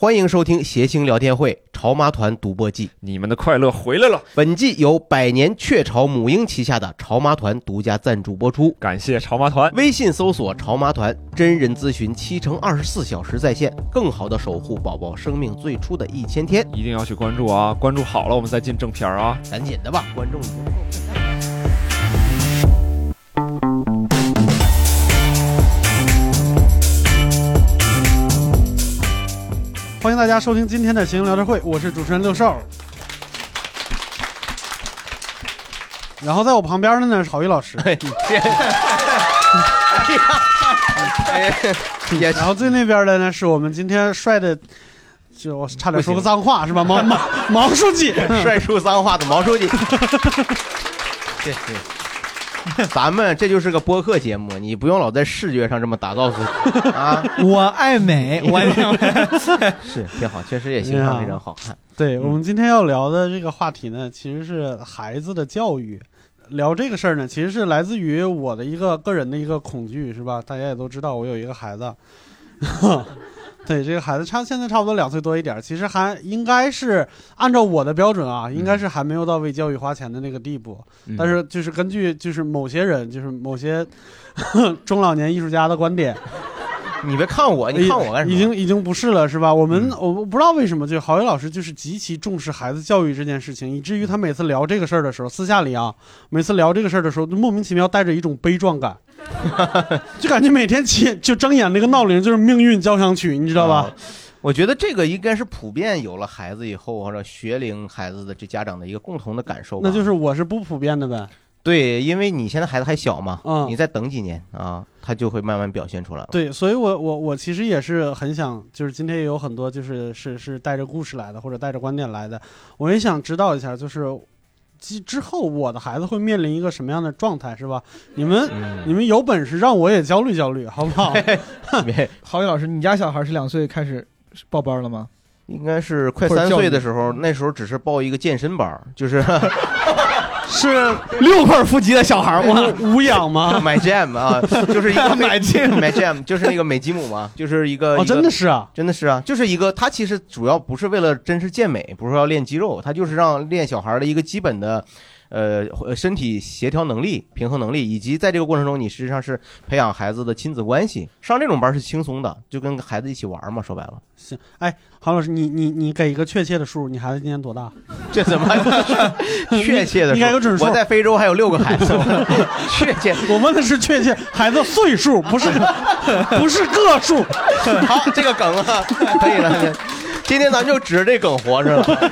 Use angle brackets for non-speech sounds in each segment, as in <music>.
欢迎收听谐星聊天会《潮妈团独播季》，你们的快乐回来了，本季由百年雀巢母婴旗下的潮妈团独家赞助播出。感谢潮妈团。微信搜索“潮妈团”，真人咨询七乘二十四小时在线，更好的守护宝宝生命最初的一千天。一定要去关注啊！关注好了，我们再进正片儿啊！赶紧的吧，观众。欢迎大家收听今天的《行聊天会》，我是主持人六兽。然后在我旁边的呢是郝宇老 <laughs> 师，哎 <laughs> 哎也然后最那边的呢是我们今天帅的，就我差点说个脏话是吧？毛毛毛书记，帅出脏话的毛书记。对对，咱们这就是个播客节目，你不用老在视觉上这么打造自己啊，我爱美，我爱 <laughs> 美。 <laughs> 是挺好，确实也形象非常好看。对我们今天要聊的这个话题呢，其实是孩子的教育。聊这个事儿呢，其实是来自于我的一个个人的一个恐惧，是吧？大家也都知道，我有一个孩子， <laughs> 对这个孩子差现在差不多两岁多一点儿，其实还应该是按照我的标准啊，应该是还没有到为教育花钱的那个地步。但是就是根据就是某些人，就是某些 <laughs> 中老年艺术家的观点，你别看我，你看我干什么？嗯已经已经不是了，是吧？我们、我我不知道为什么，就郝宇老师就是极其重视孩子教育这件事情，以至于他每次聊这个事儿的时候，私下里啊，每次聊这个事儿的时候，就莫名其妙带着一种悲壮 <laughs> 感，就感觉每天起就睁眼那个闹铃就是命运交响曲，你知道吧？哦我觉得这个应该是普遍有了孩子以后或者学龄孩子的这家长的一个共同的感受吧。那就是我是不普遍的呗。对，因为你现在孩子还小嘛，嗯你再等几年啊，他就会慢慢表现出来了。对，所以我我我其实也是很想，就是今天也有很多就是是是带着故事来的，或者带着观点来的，我也想知道一下，就是之之后我的孩子会面临一个什么样的状态，是吧？你们、你嗯，们有本事让我也焦虑焦虑，好不 <laughs> 好？别郝宇老师，你家小孩是两岁开始报班了吗？应该是快或者三教岁育的时候，那时候只是报一个健身班儿，就是是六块腹肌的小孩， <laughs> 我无氧吗？买 gym 啊，就是一个买 gym 买 gym，就是那个美肌姆嘛，就是呃一个哦，一个真的是啊，真的是啊，就是一个他其实主要不是为了真是健美，不是说要练肌肉，他就是让练小孩的一个基本的，呃，呃身体协调能力、平衡能力，以及在这个过程中，你实际上是培养孩子的亲子关系。上这种班是轻松的，就跟孩子一起玩嘛，说白了，行， <laughs> 哎，郝老师，你你你给一个确切的数，你孩子今年多大？ <laughs> <laughs> 这怎么确切的你该有准数说？我在非洲还有六个 <laughs> 孩子，我确切。我问的是确切 <laughs> 孩子岁数，不是 <laughs> 不是个数。好，这个梗啊，可以了。今天咱们就指着这梗活 <laughs> 着了。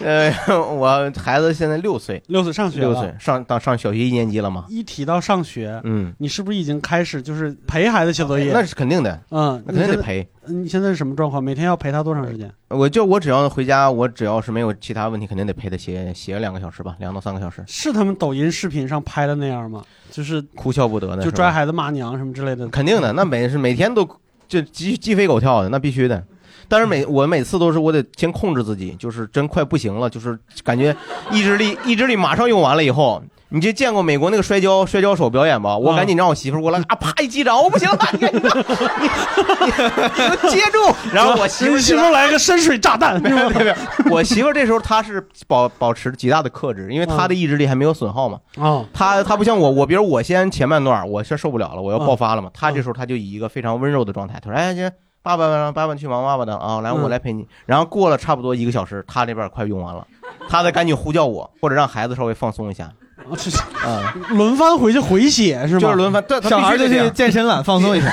呃，我孩子现在六岁，六岁上学了六岁上到上小学一年级了吗？啊一提到上学，嗯，你是不是已经开始就是陪孩子写作业？那是肯定的，嗯，那肯定你得现陪。在。你现在是什么状况？每天要陪他多长时间？我就我只要回家，我只要是没有其他问题，肯定得陪他写写两个小时吧，两到三个小时，是他们抖音视频上拍的那样吗？就是哭笑不得的。就是啊吧拽孩子骂娘什么之类的。肯定的，那每是每天都就鸡鸡飞狗跳的，那必须的。但是每嗯我每次都是我得先控制自己，就是真快不行了，就是感觉意志力意志力马上用完了以后，你就见过美国那个摔跤摔跤手表演吧？我啊赶紧让我媳妇儿过来啊，啪一击掌，我不行了，你你你你你接住，然后我媳妇儿你媳进妇来儿来个深水炸弹，没有没有没有，我媳妇儿这时候她是保保持极大的克制，因为她的嗯意志力还没有损耗嘛。啊，她她不像我，我比如我先前半段我先受不了了，我要爆嗯发了嘛。她这时候她就以一个非常温柔的状态，她说：“哎，这爸爸爸爸爸去忙爸爸的啊，来嗯我来陪你。”然后过了差不多一个小时，她那边快用完了，她再赶紧呼叫我，或者让孩子稍微放松一下啊这是啊， <laughs> 轮番回去回血是吗？就是轮番，对，她小必孩须就得这去样健身了，放松一下。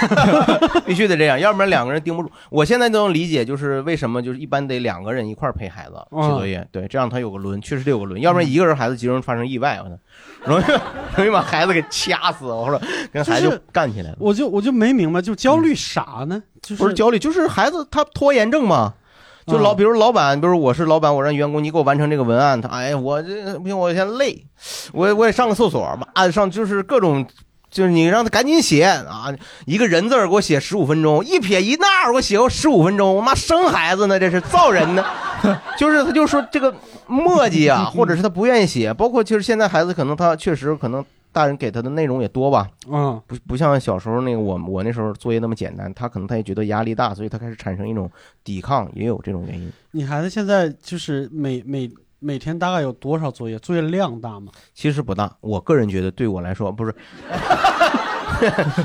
必须得 <laughs> 这样，要不然两个人盯不住。我现在都能理解，就是为什么就是一般得两个人一块儿陪孩子哦写作业，对，这样他有个轮，确实得有个轮，要不然一个人孩子极容易发生意外，我操，容易 <laughs> 容易把孩子给掐死，我说跟孩子就就是干起来了。我就我就没明白，就焦虑啥呢？就是嗯不是焦虑，就是孩子他拖延症嘛。就老，嗯比如老板，比如我是老板，我让员工你给我完成这个文案，他哎，我这不行，我先累，我我也上个厕所吧，啊，上就是各种，就是你让他赶紧写啊，一个人字儿给我写十五分钟，一撇一捺儿给我写个十五分钟，我妈生孩子呢，这是造人呢， <laughs> 就是他嗯就说这个墨迹啊，或者是他不愿意写，包括其实现在孩子可能他确实可能大人给他的内容也多吧，嗯，不不像小时候那个我我那时候作业那么简单，他可能他也觉得压力大，所以他开始产生一种抵抗，也有这种原因。你孩子现在就是每每每天大概有多少作业？作业量大吗？其实不大，我个人觉得对我来说不是，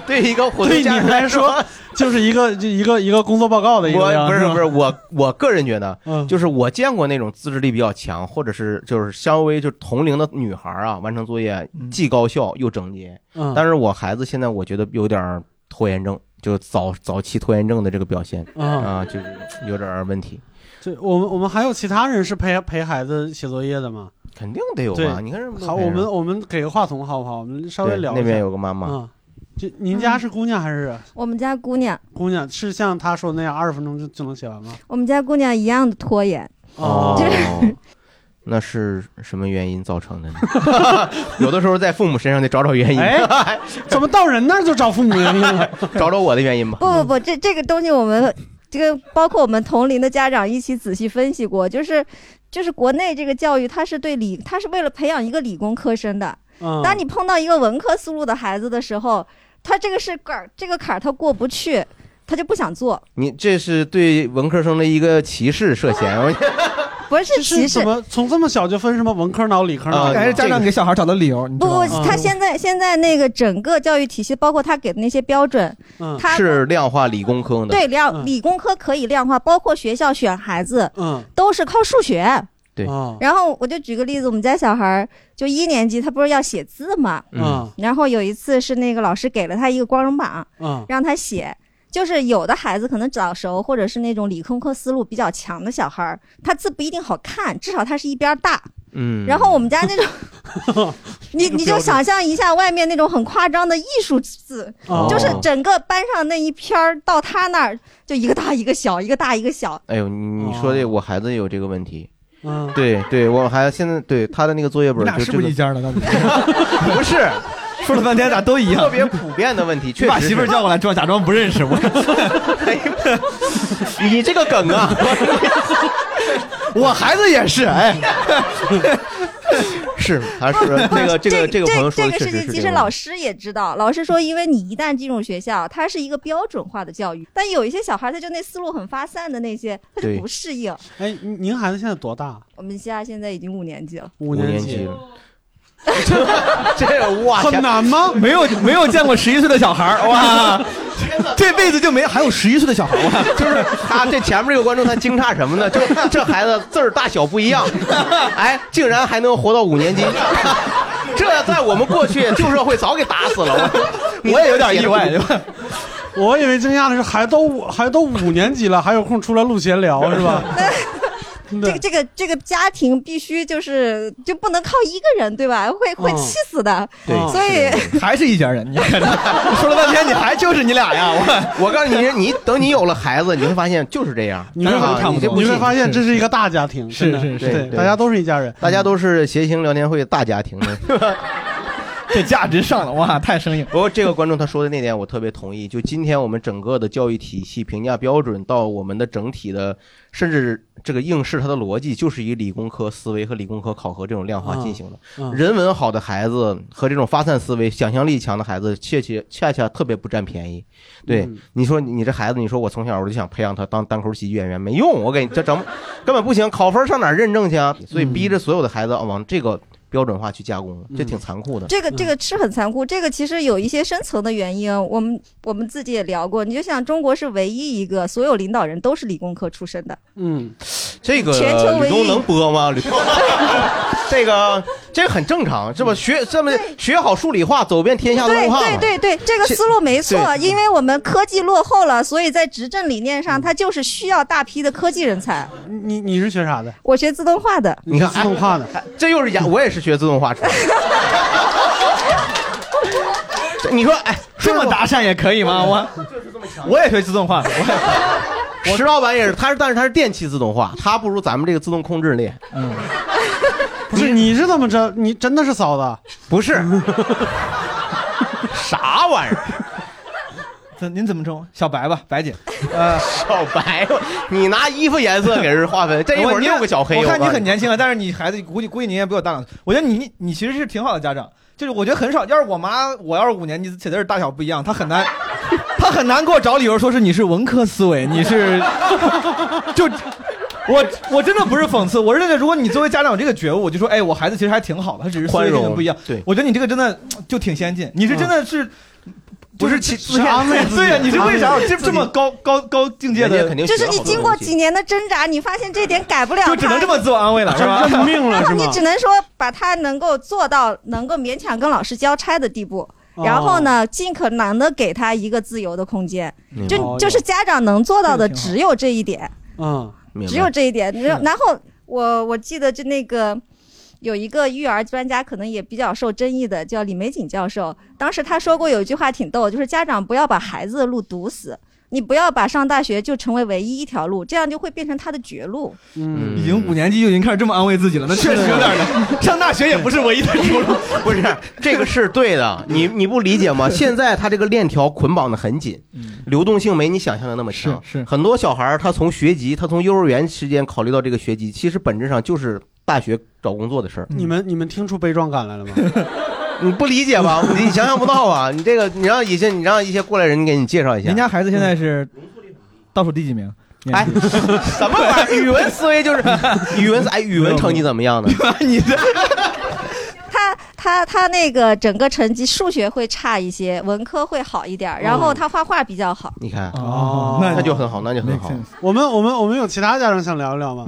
对一个普对通你家庭来说， <laughs> 就是一个就一个一个工作报告的一个我量，不是吧不是，我我个人觉得， <laughs> 嗯，就是我见过那种自制力比较强，或者是就是稍微就同龄的女孩啊，完成作业嗯既高效又整洁。嗯，但是我孩子现在我觉得有点儿拖延症，就早早期拖延症的这个表现嗯，啊，就是有点儿问题，对，我们我们还有其他人是陪陪孩子写作业的吗？肯定得有吧？对你看这么多好，孩子我们我们给个话筒好不好？我们稍微对聊那一边下有个妈妈，啊。这您家是姑娘还是我们家姑娘，姑娘？是像她说那样二十分钟就就能写完吗？我们家姑娘一样的拖延，哦，哦， <laughs> 那是什么原因造成的呢？ <laughs> 有的时候在父母身上得找找原因，哎，怎么到人那儿就找父母原因了？ <laughs> 找找我的原因吧。不不不，这这个东西我们这个包括我们同龄的家长一起仔细分析过，就是就是国内这个教育，它是对理，它是为了培养一个理工科生的。嗯，当你碰到一个文科思路的孩子的时候，他这个是坎儿，这个坎儿他过不去，他就不想做，你这是对文科生的一个歧视涉嫌， <laughs> 我不是这歧是视怎。么从这么小就分什么文科脑、理科脑啊的吗？感觉家长给小孩找的理由，你知不道不嗯吗？，他现在现在那个整个教育体系，包括他给的那些标准，嗯他是量化理工科的。对嗯量理工科可以量化，包括学校选孩子嗯都是靠数学。对啊然后我就举个例子，我们家小孩儿就一年级，他不是要写字嘛，嗯，嗯然后有一次是那个老师给了他一个光荣榜，嗯让他写。就是有的孩子可能早熟，或者是那种理工科思路比较强的小孩儿，他字不一定好看，至少他是一边儿大。嗯。然后我们家那种， <laughs> 你这个你标就准想象一下外面那种很夸张的艺术字，啊，就是哦整个班上那一篇儿到他那儿就一个大一个小，一个大一个小。哎呦，你你说这我孩子也有这个问题。哦嗯对对，我孩子现在对他的那个作业你本俩就是不这是个一家啊的？到底 <laughs> 不是说了半天咋都一样特？别普遍的问题，你确把实媳妇儿是叫过来，装假装不认 <laughs> 识我。 <laughs> 你这个梗啊， <laughs> 我孩子也是，哎， <laughs> 是还啊是 <laughs> 这个这个这个朋友说的这确个实事是情，这其个实问老题师也知道，老师说，因为你一旦进入学校，它是一个标准化的教育，但有一些小孩他就那思路很发散的那些，他对就不适应。哎，您您孩子现在多大？我们家现在已经五年级 <laughs> 了，五五年级级，了，哎这哇很难吗？没有没有见过十一岁的小孩儿哇， <laughs> 这辈子就没还有十一岁的小孩儿 <laughs> 哇，就是他这前面这个观众他惊诧什 <laughs> 么呢？就这孩子字儿大小不一样，哎，竟然还能活到五 <laughs> 年级，这在我们过去旧社会早给打死了。 <laughs> 我我也有点意外。 <laughs> 对吧 <laughs> 我以为惊讶的是，孩子都五孩子都五年级了，还有空出来录闲聊是吧？这对个，这个这个家庭必须就是就不能靠一个人，对吧？会会嗯气死的。对，嗯所以还是一家人？你看这，说了半天你还就是你俩呀？我 <laughs> 我告诉你，你等你有了孩子，你会发现就是这样。你会咱俩啊差你不这多不你信会，发现这是一个大家庭，是真的是是对，对大家都是一家人。大家都是谐星聊天会大家庭的。 <laughs> 这价值上了哇，太生硬。不过这个观众他说的那点我特别同意，就今天我们整个的教育体系评价标准到我们的整体的，甚至这个应试它的逻辑，就是以理工科思维和理工科考核这种量化进行的。嗯人文好的孩子和这种发散思维、想象力强的孩子，恰恰恰恰特别不占便宜。对，嗯你说你这孩子，你说我从小我就想培养他当单口喜剧演员，没用，我给你这整根本不行，考分上哪儿认证去啊？嗯所以逼着所有的孩子往这个标准化去加工，这挺残酷的。 <laughs> 这个这嗯个是很残酷，这个其实有一些深层的原因，我们我们自己也聊过。你就像中国是唯一一个所有领导人都是理工科出身的，嗯，这个全球唯吕一东能播吗？吕东， <laughs> 这个这个很正常，是吧？学这么学好数理化，走遍天下都对不怕对嘛。对对，这个这思路没错，对因为我们科技落后了，所以在执政理念上，它就是需要大批的科技人才。你你是学啥的？我学自动化的，你看是哎自动化的，这又是演，我也是学自动化 <laughs> 出来的。这你说，哎，这么搭讪也可以吗？我我也学自动化，我 <laughs> 石老板也是，他是，但是他是电气自动化，他不如咱们这个自动控制厉害。嗯 <laughs> 不是你是怎么着？你真的是嫂子？不是，啥玩意儿？ <laughs> 怎您怎么称？小白吧， <laughs> 白姐。呃小哦白，你拿衣服颜色给人划分，这一会儿我你六个小黑，我看你告诉很年轻啊，但是你孩子估计估计你也比我大两岁。我觉得你你你其实是挺好的家长，就是我觉得很少。要是我妈，我要是五年级，写字儿大小不一样，她很难，她很难给我找理由说是你是文科思维，你 <laughs> 是就。我我真的不是讽刺，我是认为如果你作为家长有这个觉悟，我就说，哎，我孩子其实还挺好的，他只是思维宽跟容你们不一样。对我觉得你这个真的就挺先进，你是真的是，不是欺自是安慰自己对呀，你是为啥有这自己这么高高高境界人的？家肯定就是你经过几年的挣扎，你发现这点改不了它，就只能这么自我安慰了，是吧？认命了然后是你吗？只能说把它能够做到能够勉强跟老师交差的地步。然后呢，尽可能的给他一个自由的空间，明白哦就就是家长能做到的这个挺好只有这一点，嗯，明白只有这一点。的然后我我记得就那个有一个育儿专家，可能也比较受争议的，叫李玫瑾教授。当时他说过有一句话挺逗，就是家长不要把孩子的路堵死，你不要把上大学就成为唯一一条路，这样就会变成他的绝路。嗯，已经五年级就已经开始这么安慰自己了，那确实有点儿。 <laughs> 上大学也不是唯一的出路。不是这个是对的，你你不理 <laughs> 解吗？现在他这个链条捆绑的很紧，嗯流动性没你想象的那么强。是是很多小孩儿他从学籍，他从幼儿园时间考虑到这个学籍，其实本质上就是大学找工作的事儿。嗯你们你们听出悲壮感来了吗？你不理解 <laughs> 吧？你想象不到啊！你这个，你让一些你让一些过来人给你介绍一下人。家孩子现在是倒数第 <laughs> 几名？哎，什么玩意儿？语文思维就是 <laughs> 语文思，哎，语文成绩怎么样呢？你的他他他那个整个成绩，数学会差一些，文科会好一点儿，然后他画画比较 <laughs> 好。你看，哦那就很好，那就很好。我们我们我们有其他家长想聊一聊吗？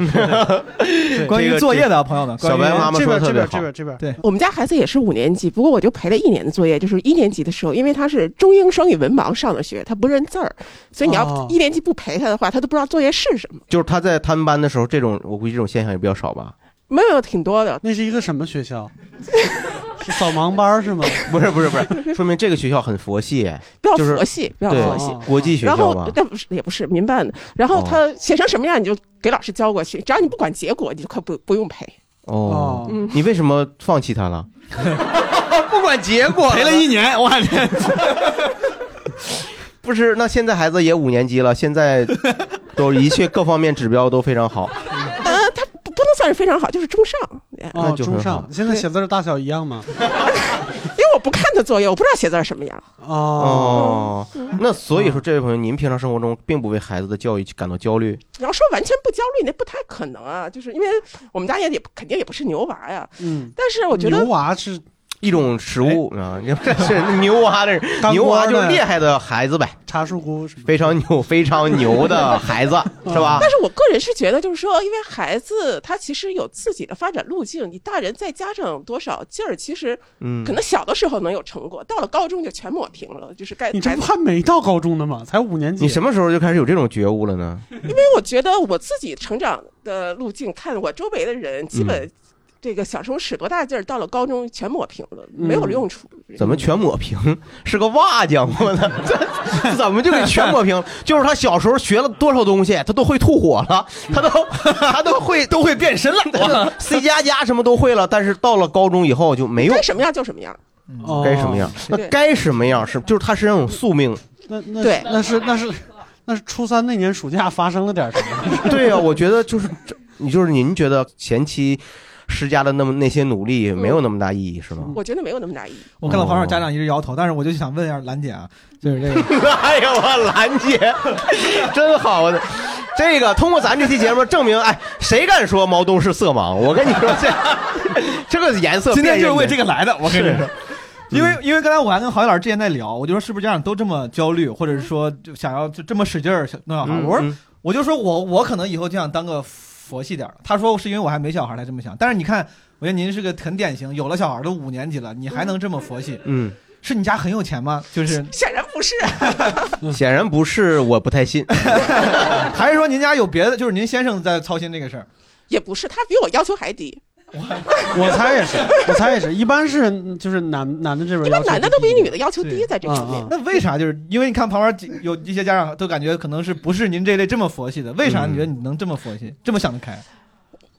关于作业的朋友呢？小白妈妈这说边的这特别边这好，边这边，我们家孩子也是五年级，不过我就陪了一年的作业，就是一年级的时候，因为他是中英双语文盲上的学，他不认字儿，所以你哦要一年级不陪他的话，他都不知道作业是什么。就是他在他们班的时候，这种我估计这种现象也比较少吧？没有挺多的，那是一个什么学校？是扫盲班儿是吗？ <laughs> 不是不是不是，说明这个学校很佛系，比较就是佛系，比较对佛系。哦国际学然校后吧，？但不是也不是民办的，然后哦他写成什么样你就给老师交过去，只要你不管结果，你就可不不用 <laughs> 陪。哦，哦，嗯你为什么放弃他了？不管结果，陪了一年，哇， <laughs> <laughs> 不是？那现在孩子也五年级了，现在都一切各方面指标都非常好。呃，他不不能算是非常好，就是中上。哎哦，那就中很好上，现在写字儿大小一样吗？因为我不看他作业，我不知道写字儿什么样。哦，哦，那所以说，这位朋友，您平常生活中并不为孩子的教育感到焦虑，你要说完全不焦虑，那不太可能啊，就是因为我们家也也肯定也不是牛娃呀。嗯，但是我觉牛得娃是一种食物啊， <laughs> 这是牛娃的，刚牛娃光就是的厉害的孩子呗，茶树菇是吗？非常牛，非常牛的 <laughs> 孩子是吧但？是我个人是觉得，就是说，因为孩子他其实有自己的发展路径，你大人再加上多少劲儿，其实嗯可，能小的时候能有成果，到了高中就全抹平了，就是该。你这该不还没到高中呢吗？才五年级。你什么时候就开始有这种觉悟了呢？因为我觉得我自己成长的路径，看我周围的人，基本嗯这个小时候使多大劲儿，到了高中全抹平了，没嗯有用处。怎么全抹平？是个瓦匠，我操，这 <laughs> 怎么就给全抹平了？就是他小时候学了多少东西，他都会吐火了，他都他都会都会变身了，C 加加什么都会了，但是到了高中以后就没用该。什么样就什么样。哦该什么样？？那对该什么样是就是他身上有宿命。那那对那是那是那是初三那年暑假发生了点什 <laughs> 么？对呀、我觉得就是这，你就是您觉得前期施加的那么那些努力没有那么大意义是吗？我觉得没有那么大意义。我看到旁哦边有家长一直摇头，但是我就想问一下兰姐啊，就是这个， <laughs> 哎呀，我兰姐真好啊！这个通过咱这期节目证明，哎，谁敢说毛东是色盲？我跟你说，这这个颜色今天就是辨认为的这个来的。我跟你说，因嗯为因为刚才我还跟郝宇老师之前在聊，我就说是不是家长都这么焦虑，或者是说就想要就这么使劲儿想弄小孩儿？嗯我说嗯我就说我我可能以后就想当个佛系点儿的。他说是因为我还没小孩儿才这么想，但是你看，我觉得您是个很典型，有了小孩儿都五年级了，你还能这么佛系？嗯，是你家很有钱吗？就是 <laughs> 显然不是，显然不是，我不太信。 <laughs> 还是说您家有别的？就是您先生在操心这个事儿？也不是，他比我要求还低，我猜也是，我猜也是，一般是就是男男的这边一要般求男的低都比一女点的要求低，对在这方面嗯。那为啥就是因为你看旁边几有一些家长都感觉可能是不是您这类这么佛系的？为啥嗯你觉得你能这么佛系，这么想得开？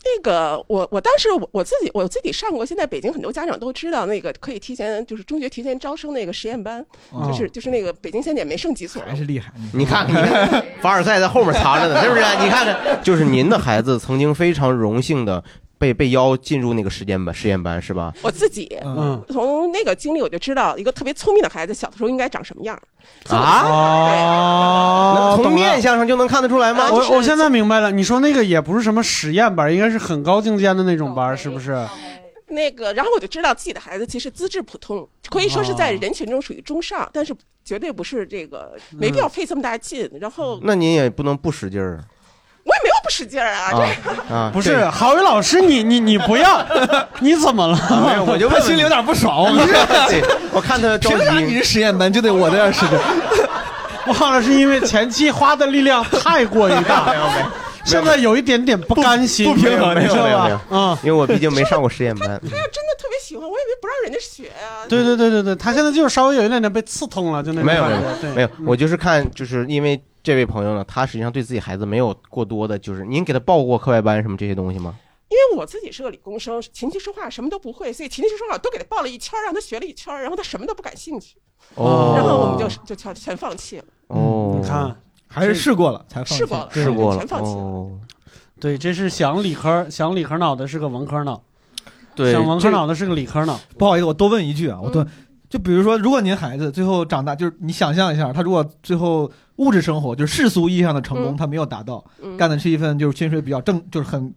那个，我我当时我我自己我自己上过，现在北京很多家长都知道那个可以提前就是中学提前招生那个实验班，哦就是就是那个北京现在也没剩几所，还是厉害？你看看，你看，啊凡尔赛在后面藏着呢，是不是？你看看，就是您的孩子曾经非常荣幸的被被邀进入那个实验班实验班是吧？我自己，嗯从那个经历我就知道，一个特别聪明的孩子小的时候应该长什么样。啊哦，从懂了面相上就能看得出来吗？我我现在明白了，你说那个也不是什么实验班，应该是很高精尖的那种班，是不是？那个，然后我就知道自己的孩子其实资质普通，可以说是哦在人群中属于中上，但是绝对不是这个，没嗯必要费这么大劲。然后那您也不能不使劲儿我也没有不使劲儿啊，哦啊这啊！不是，郝宇老师，你你你不要， <laughs> 你怎么了？没有，我就他问心里有点不爽。问你对我看他着凭啥你急是，实验班就得我这样使劲？忘了是因为前期花的力量太过于 <laughs> 大，现在有一点点不甘心，不不平衡你知道没有没有吧？嗯，因为我毕竟没上过实验班。他要真的特别喜欢，我也没不让人家学啊呀、对对对对对，他现在就是稍微有一点点被刺痛了，就那种没有感没觉有对没有，我就是看，就是因为这位朋友呢，他实际上对自己孩子没有过多的，就是您给他报过课外班什么这些东西吗？因为我自己是个理工生，琴棋书画什么都不会，所以琴棋书画我都给他报了一圈儿，让他学了一圈儿，然后他什么都不感兴趣，哦，然后我们就就全全放弃了，哦，嗯你看，还是试过了才放弃试过了，试过了全放弃了。哦，对，这是想理科想理科脑的是个文科脑，对，想文科脑的是个理科脑。不好意思，我多问一句啊，我嗯多、就比如说，如果您孩子最后长大，就是你想象一下，他如果最后物质生活，就是世俗意义上的成功，嗯他没有达到，嗯，干的是一份就是薪水比较正，就是很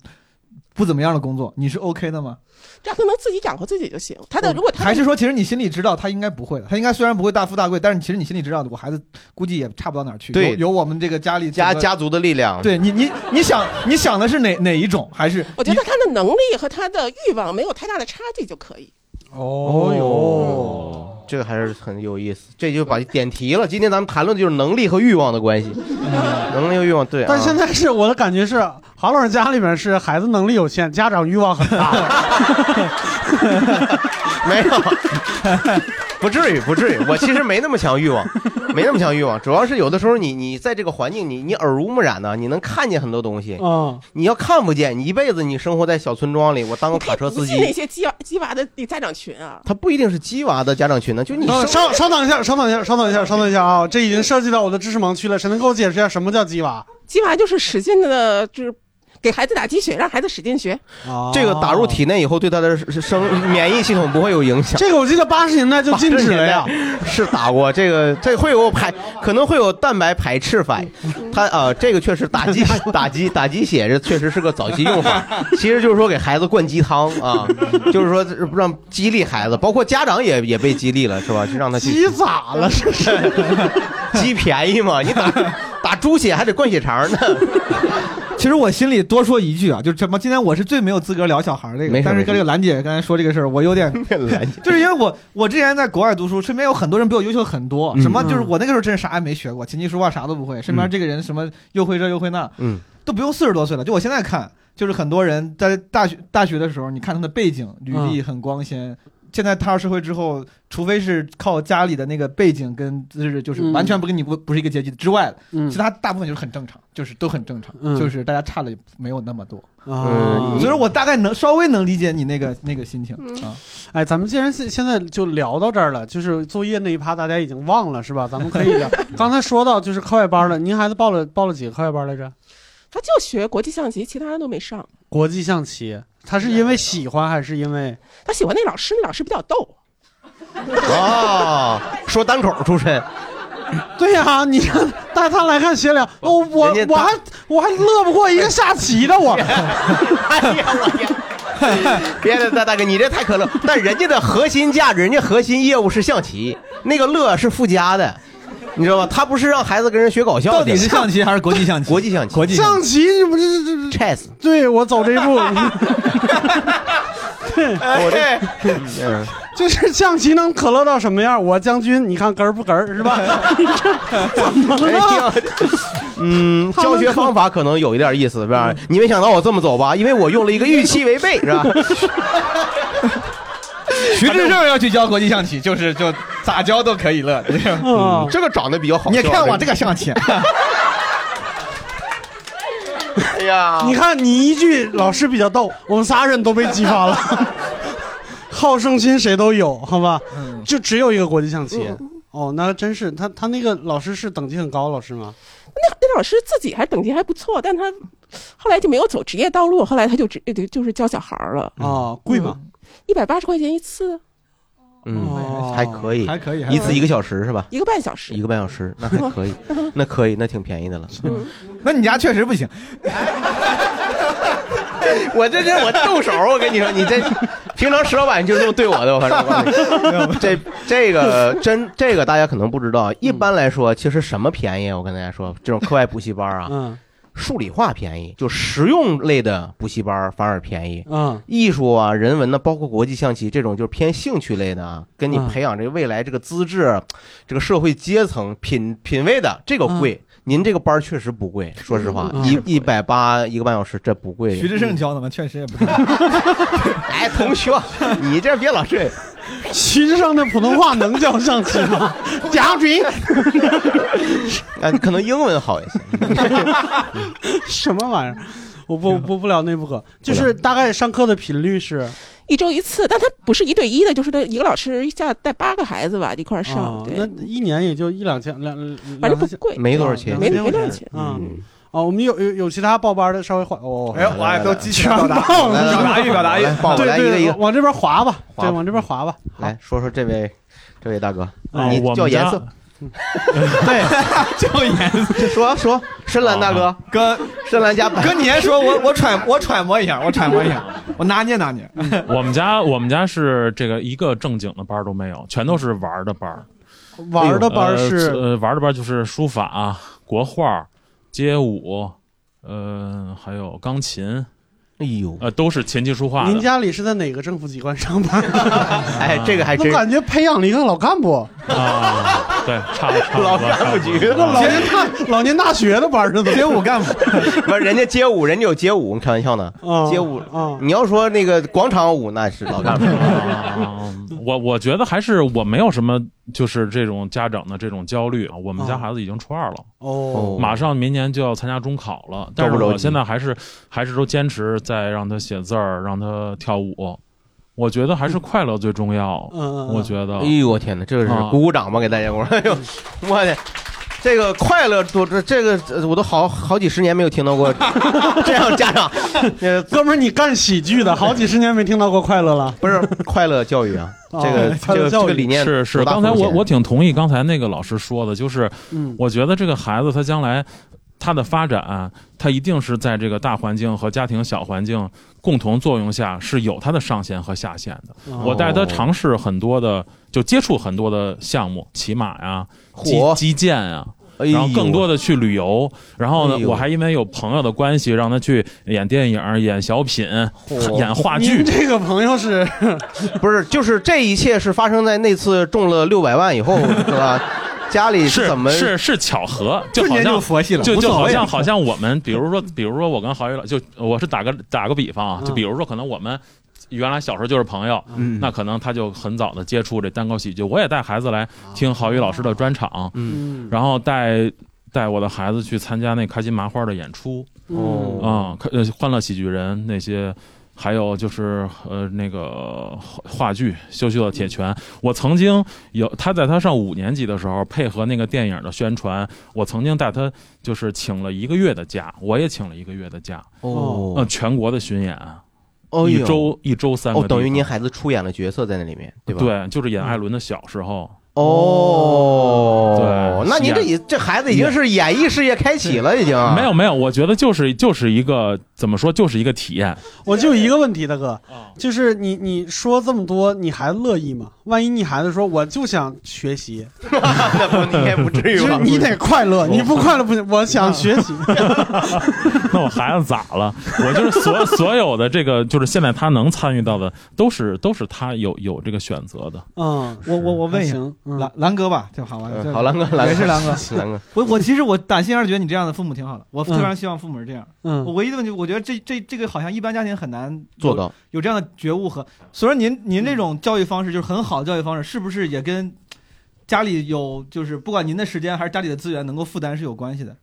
不怎么样的工作，你是 OK 的吗？让他能自己养活自己就行。他哦的如果他还是说，其实你心里知道他应该不会的，他应该虽然不会大富大贵，但是其实你心里知道，我孩子估计也差不到哪儿去。对有有我们这个家里家整个，家族的力量，对你你你想你想的是哪哪一种？还是我觉得他的能力和他的欲望没有太大的差距就可以。哦哟，哦，这个还是很有意思，这就把点题了。今天咱们谈论的就是能力和欲望的关系，能力和欲望对啊。嗯但现在是我的感觉是，郝老师家里面是孩子能力有限，家长欲望很 <laughs> 大。没有，不至于，不至于。我其实没那么强欲望，没那么强欲望，主要是有的时候你你在这个环境，你你耳濡目染呢，你能看见很多东西。嗯，你要看不见，你一辈子你生活在小村庄里，我当个卡车司你可以不进那机，些鸡娃鸡娃的家长群啊，他不一定是鸡娃的家长群呢，就你等生稍稍等一下，稍等一下，稍等一下，稍等一下啊！这已经涉及到我的知识盲区了。谁能给我解释一下什么叫鸡娃？鸡娃就是使劲的，就是给孩子打鸡血，让孩子使劲学。啊这个打入体内以后，对他的生免疫系统不会有影响。这个我记得八十年代就禁止了呀。是打过这个，这会有排，可能会有蛋白排斥反应。它啊、这个确实打 <laughs> 鸡打鸡打鸡血，这确实是个早期用法。其实就是说给孩子灌鸡汤啊，就是说让激励孩子，包括家长也也被激励了，是吧？就让他去鸡咋了？这是 <laughs> 鸡便宜嘛，你打打猪血还得灌血肠呢。其实我心里多说一句啊，就是什么？今天我是最没有资格聊小孩儿这个，没事但没是事跟这个兰姐刚才说这个事儿，我 <laughs> 有点来就是因为我我之前在国外读书，身边有很多人比我优秀很嗯多。什么就是嗯我那个时候真是啥也没学过，琴棋书画啥都不会。身边这个人什么又会这又会那，嗯，都不用四十多岁了。就我现在看，就是很多人在大学大学的时候，你看他的背景履历嗯很光鲜。现在踏入社会之后，除非是靠家里的那个背景跟资质，就是嗯完全不跟你不不是一个阶级之外的，嗯其他大部分就是很正常，就是都很正常，嗯就是大家差的也没有那么多。嗯啊你所以说我大概能稍微能理解你那个那个心情啊。哎，咱们既然现现在就聊到这儿了，就是作业那一趴大家已经忘了是吧？咱们可以聊。 <laughs> 刚才说到就是课外班了，您孩子报了报了几个课外班来着？他就学国际象棋，其他人都没上。国际象棋，他是因为喜欢还是因为？他喜欢那老师，那老师比较 <laughs> 逗。啊哦，说单口出身，对呀、啊你看带他来看闲 <laughs> 聊，我我人家我还我还乐不过一个下棋的我。哎呀我天！ <laughs> 别的大大哥，你这太可乐。但人家的核心价值，人家核心业务是象棋，那个乐是附加的，你知道吧？他不是让孩子跟人学搞笑去，到底是象棋还是国际象棋？ <laughs> 国际象棋国际象棋你不是这这， chess。对我走这一 <laughs> 步，我这，哎嗯就是象棋能可乐到什么样？我将军，你看哏儿不哏儿是吧？哎你这怎么了？哎挺 <laughs> 嗯，教学方法可能有一点意思，是吧？嗯你没想到我这么走吧？因为我用了一个预期违背，是吧？徐志胜要去教国际象棋，就是就咋教都可以乐。啊，这个长得比较好 <laughs> 嗯你看我这个象棋，哎呀， <laughs> 你看你一句老师比较逗，我们仨人都被激发了， <laughs> 好胜心谁都有，好吧？嗯就只有一个国际象棋。哦，那真是他，他那个老师是等级很高老师吗？那那老师自己还等级还不错，但他后来就没有走职业道路，后来他就直呃就就是教小孩儿了，哦啊，贵吗？一百八十块钱一次，嗯，还可以，哦还可以还可以一次一个小时是吧？一个半小时一。个半小时，那 <laughs> 还可以，那可以，那挺便宜的了。嗯嗯那你家确实不行， <laughs> 我这是我动手，我跟你说，你这平常石老板就是这么对我的，我反正我告诉你， <laughs> 这这个真这个大家可能不知道，一般来说其实什么便宜？我跟大家说，这种课外补习班啊，嗯数理化便宜，就实用类的补习班反而便宜。嗯艺术啊、人文的，包括国际象棋这种，就是偏兴趣类的啊，跟你嗯培养这个未来这个资质、这个社会阶层、品品味的，这个贵。您这个班儿确实不贵，说实话，嗯一一百八一个半小时，这不贵。徐志胜教的嘛，确实也不太。 <laughs> 哎，同 <laughs> 学，你这别老睡。徐志胜的普通话能教象棋 <laughs> 吗？贾军， <laughs> 啊，可能英文好一些。什么玩意儿？我不不不聊那不可，就是大概上课的频率是一周一次，但他不是一对一的，就是他一个老师一下带八个孩子吧一块儿上，啊，那对，一年也就一两千两反两正不三千，贵，嗯没多少钱没两没多三千少块钱。啊嗯，哦，我们有有有其他报班的稍微缓哦，哎，我还都激情表 <laughs> 达，全忘了表达欲，表达欲。来报我对来一个对，一个往这边滑吧，划对，吧往这边滑吧。 <laughs> 好哦来说说这位这位大哥，啊你我叫们颜家色， <laughs> 教研说说深蓝大哥，啊跟深蓝加白，跟年说，我我揣我揣摩一下，我揣摩一下，我拿捏拿捏。 <laughs> 我们家我们家是这个一个正经的班儿都没有，全都是玩儿的班儿。哎玩儿的班儿呃是呃玩儿的班儿就是书法、啊国画、街舞，呃，还有钢琴，哎呦，呃，都是琴棋书画您的。家里是在哪个政府机关上班？ <laughs> 哎，这个还我真感觉培养了一个老干 <laughs> 部，啊，对，差不差不多。哎老干部局差不多老年大老年大学的班儿是怎么？街舞干部， <laughs> 不是人家街舞，人家有街舞，你开玩笑呢？啊街舞啊，你要说那个广场舞，那是老干部。啊我我觉得还是我没有什么，就是这种家长的这种焦虑啊。我们家啊孩子已经初二了，哦，马上明年就要参加中考了，但是着不着我急现在还是还是都坚持在让他写字儿，让他跳舞。我觉得还是快乐最重要。嗯嗯，嗯我觉得哎呦我天哪，这个是啊鼓鼓掌吧，给大 <laughs> 家鼓掌。哎呦，我天，这个快乐多，这这个呃我都好好几十年没有听到过这样家长，呃， <laughs> 哥们儿，你干喜剧的，好几十年没听到过快乐了。不是快乐教育啊， <laughs> 哦这个快这乐个教育这个理念是是。多大刚才风我险我挺同意刚才那个老师说的，就是嗯，我觉得这个孩子他将来他的发展、他一定是在这个大环境和家庭小环境共同作用下是有他的上限和下限的。哦我带哦他尝试很多的，就接触很多的项目，骑马呀、击嚯击剑呀、哎然后更呦多的去旅游，然后哎呢，呦我还因为有朋友的关系，让他去演电影、演小品、嚯 <laughs> 演话您剧。这个朋友是不是，就是这一切是发生在那次中了六百万以后，是吧？家里是怎么是是巧合，就瞬好间就像佛系了，就无就所好谓像好像我们，比如说比如说我跟郝宇老就呃我是打个打个比方啊，嗯就比如说可能我们原来小时候就是朋友，嗯那可能他就很早的接触这单口喜剧，我也带孩子来听郝宇老师的专场，嗯嗯然后带带我的孩子去参加那开心麻花的演出啊，哦开呃欢乐喜剧人那些。还有就是呃那个话话剧《羞羞的铁拳》，我曾经有他在他上五年级的时候，配合那个电影的宣传，我曾经带他就是请了一个月的假，我也请了一个月的假，嗯、哦全国的巡演，哦一呦周一周三个哦，地方，等于您孩子出演了角色在那里面，对吧？对，就是演艾伦的小时候，哦，对那您这呃是啊已这孩子已经是演艺事业开启了，已经没有没有，我觉得就是就是一个怎么说，就是一个体验。我就一个问题，大哥啊，就是你你说这么多，你孩子乐意吗？万一你孩子说我就想学习，那不你 <laughs> 也不 <laughs> 至就于是吧？你得快乐，你不快乐不行。我想学习， <laughs> 那我孩子咋了？我就是所所有的这个，就是现在他能参与到的，都是都是他有有这个选择的。嗯，我我我问一下，行，嗯兰兰哥吧，就好吧，嗯就好，兰哥，兰没事，哥，兰哥。 <laughs> 兰哥， <laughs> 我我其实我打心眼儿觉得你这样的父母挺好的，我非嗯常希望父母是这样。我嗯，唯一的问题，我觉得这这这个好像一般家庭很难有做到有这样的觉悟和。所以说您您这种教育方式就是很好的教育方式，是不是也跟家里有就是不管您的时间还是家里的资源能够负担是有关系的？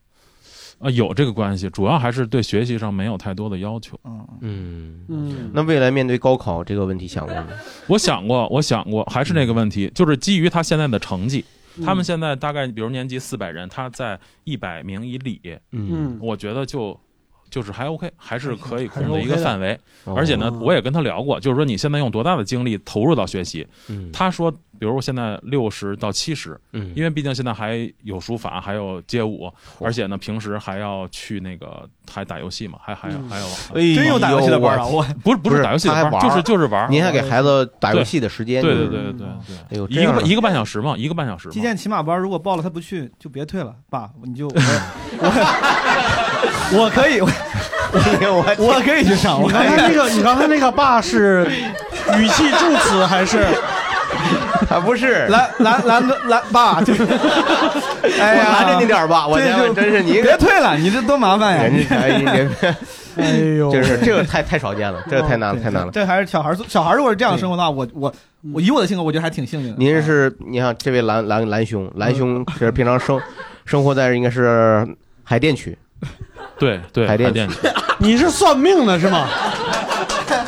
啊，有这个关系，主要还是对学习上没有太多的要求。嗯，嗯。嗯，那未来面对高考这个问题想过吗？ <laughs> 我想过，我想过，还是那个问题，就是基于他现在的成绩，嗯他们现在大概比如年级四百人，他在一百名以里，嗯嗯我觉得就就是还 OK，还是可以还是控制一个 OK 的范围。哦而且呢，我也跟他聊过，就是说你现在用多大的精力投入到学习？嗯他说，比如我现在六十到七十，嗯因为毕竟现在还有书法，还有街舞，而且呢，平时还要去那个还打游戏嘛，还还嗯还有，为真有打游戏的班啊！我不是不哎不是是打游戏的他还班，玩就是就是玩儿。您还给孩子打游戏的时间？对对就是对对对对，哎呦，一个半一一个半小时嘛，一个半小 <laughs> 时嘛。击剑骑马班如果报了他不去，就别退了，爸，你 <laughs> 就我我可以我哎我我可以去上，我 <laughs> 你刚才那个，你刚才那个爸是语气助词还是？啊不是，蓝蓝蓝哥蓝爸， <laughs> 就是 <laughs> 哎我呀，拿着你点儿吧，我这这就真是你别退了，你这多麻烦呀！人家哎人 <laughs> 家哎呦，这是这个太太少见了，这个太难了对太难了。这还是小孩儿，小孩儿如果是这样生活的话，我我我以我的性格，我觉得还挺幸 <laughs> 运的。您是你看这位蓝蓝蓝兄，蓝兄其实平常生生活在应该是海淀区，对对，海淀淀区你是算命的 <laughs> 是吗？ <laughs>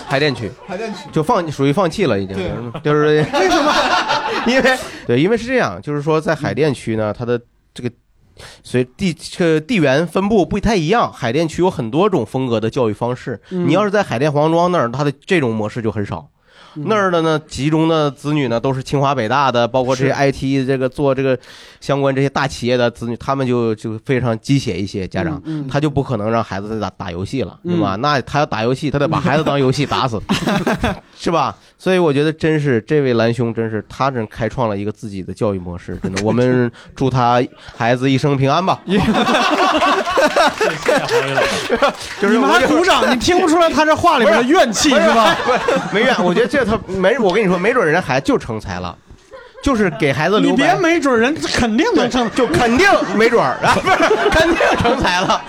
海淀区还在去就放属于放弃了，已经对就是为什么？ <laughs> 因为对，因为是这样，就是说在海淀区呢，它的这个随地这个地缘分布不太一样，海淀区有很多种风格的教育方式。嗯你要是在海淀黄庄那儿，它的这种模式就很少。那儿的呢，集中的子女呢都是清华北大的，包括这些 IT 这个做这个相关这些大企业的子女，他们就就非常鸡血一些家长，嗯嗯他就不可能让孩子再打打游戏了，嗯对吧？那他要打游戏，他得把孩子当游戏打死， <laughs> 是吧？所以我觉得真是这位蓝兄，真是他真开创了一个自己的教育模式，真的，我们祝他孩子一生平安吧。就是你们我还就鼓掌，你听不出来他这话里面的怨气是吧？不是没怨，我觉得这他没，我跟你说，没准人家孩子就成才了，就是给孩子你留别白。没准 <laughs> 人肯定能成，就肯定没 <laughs> 准儿啊，不是肯定成才了。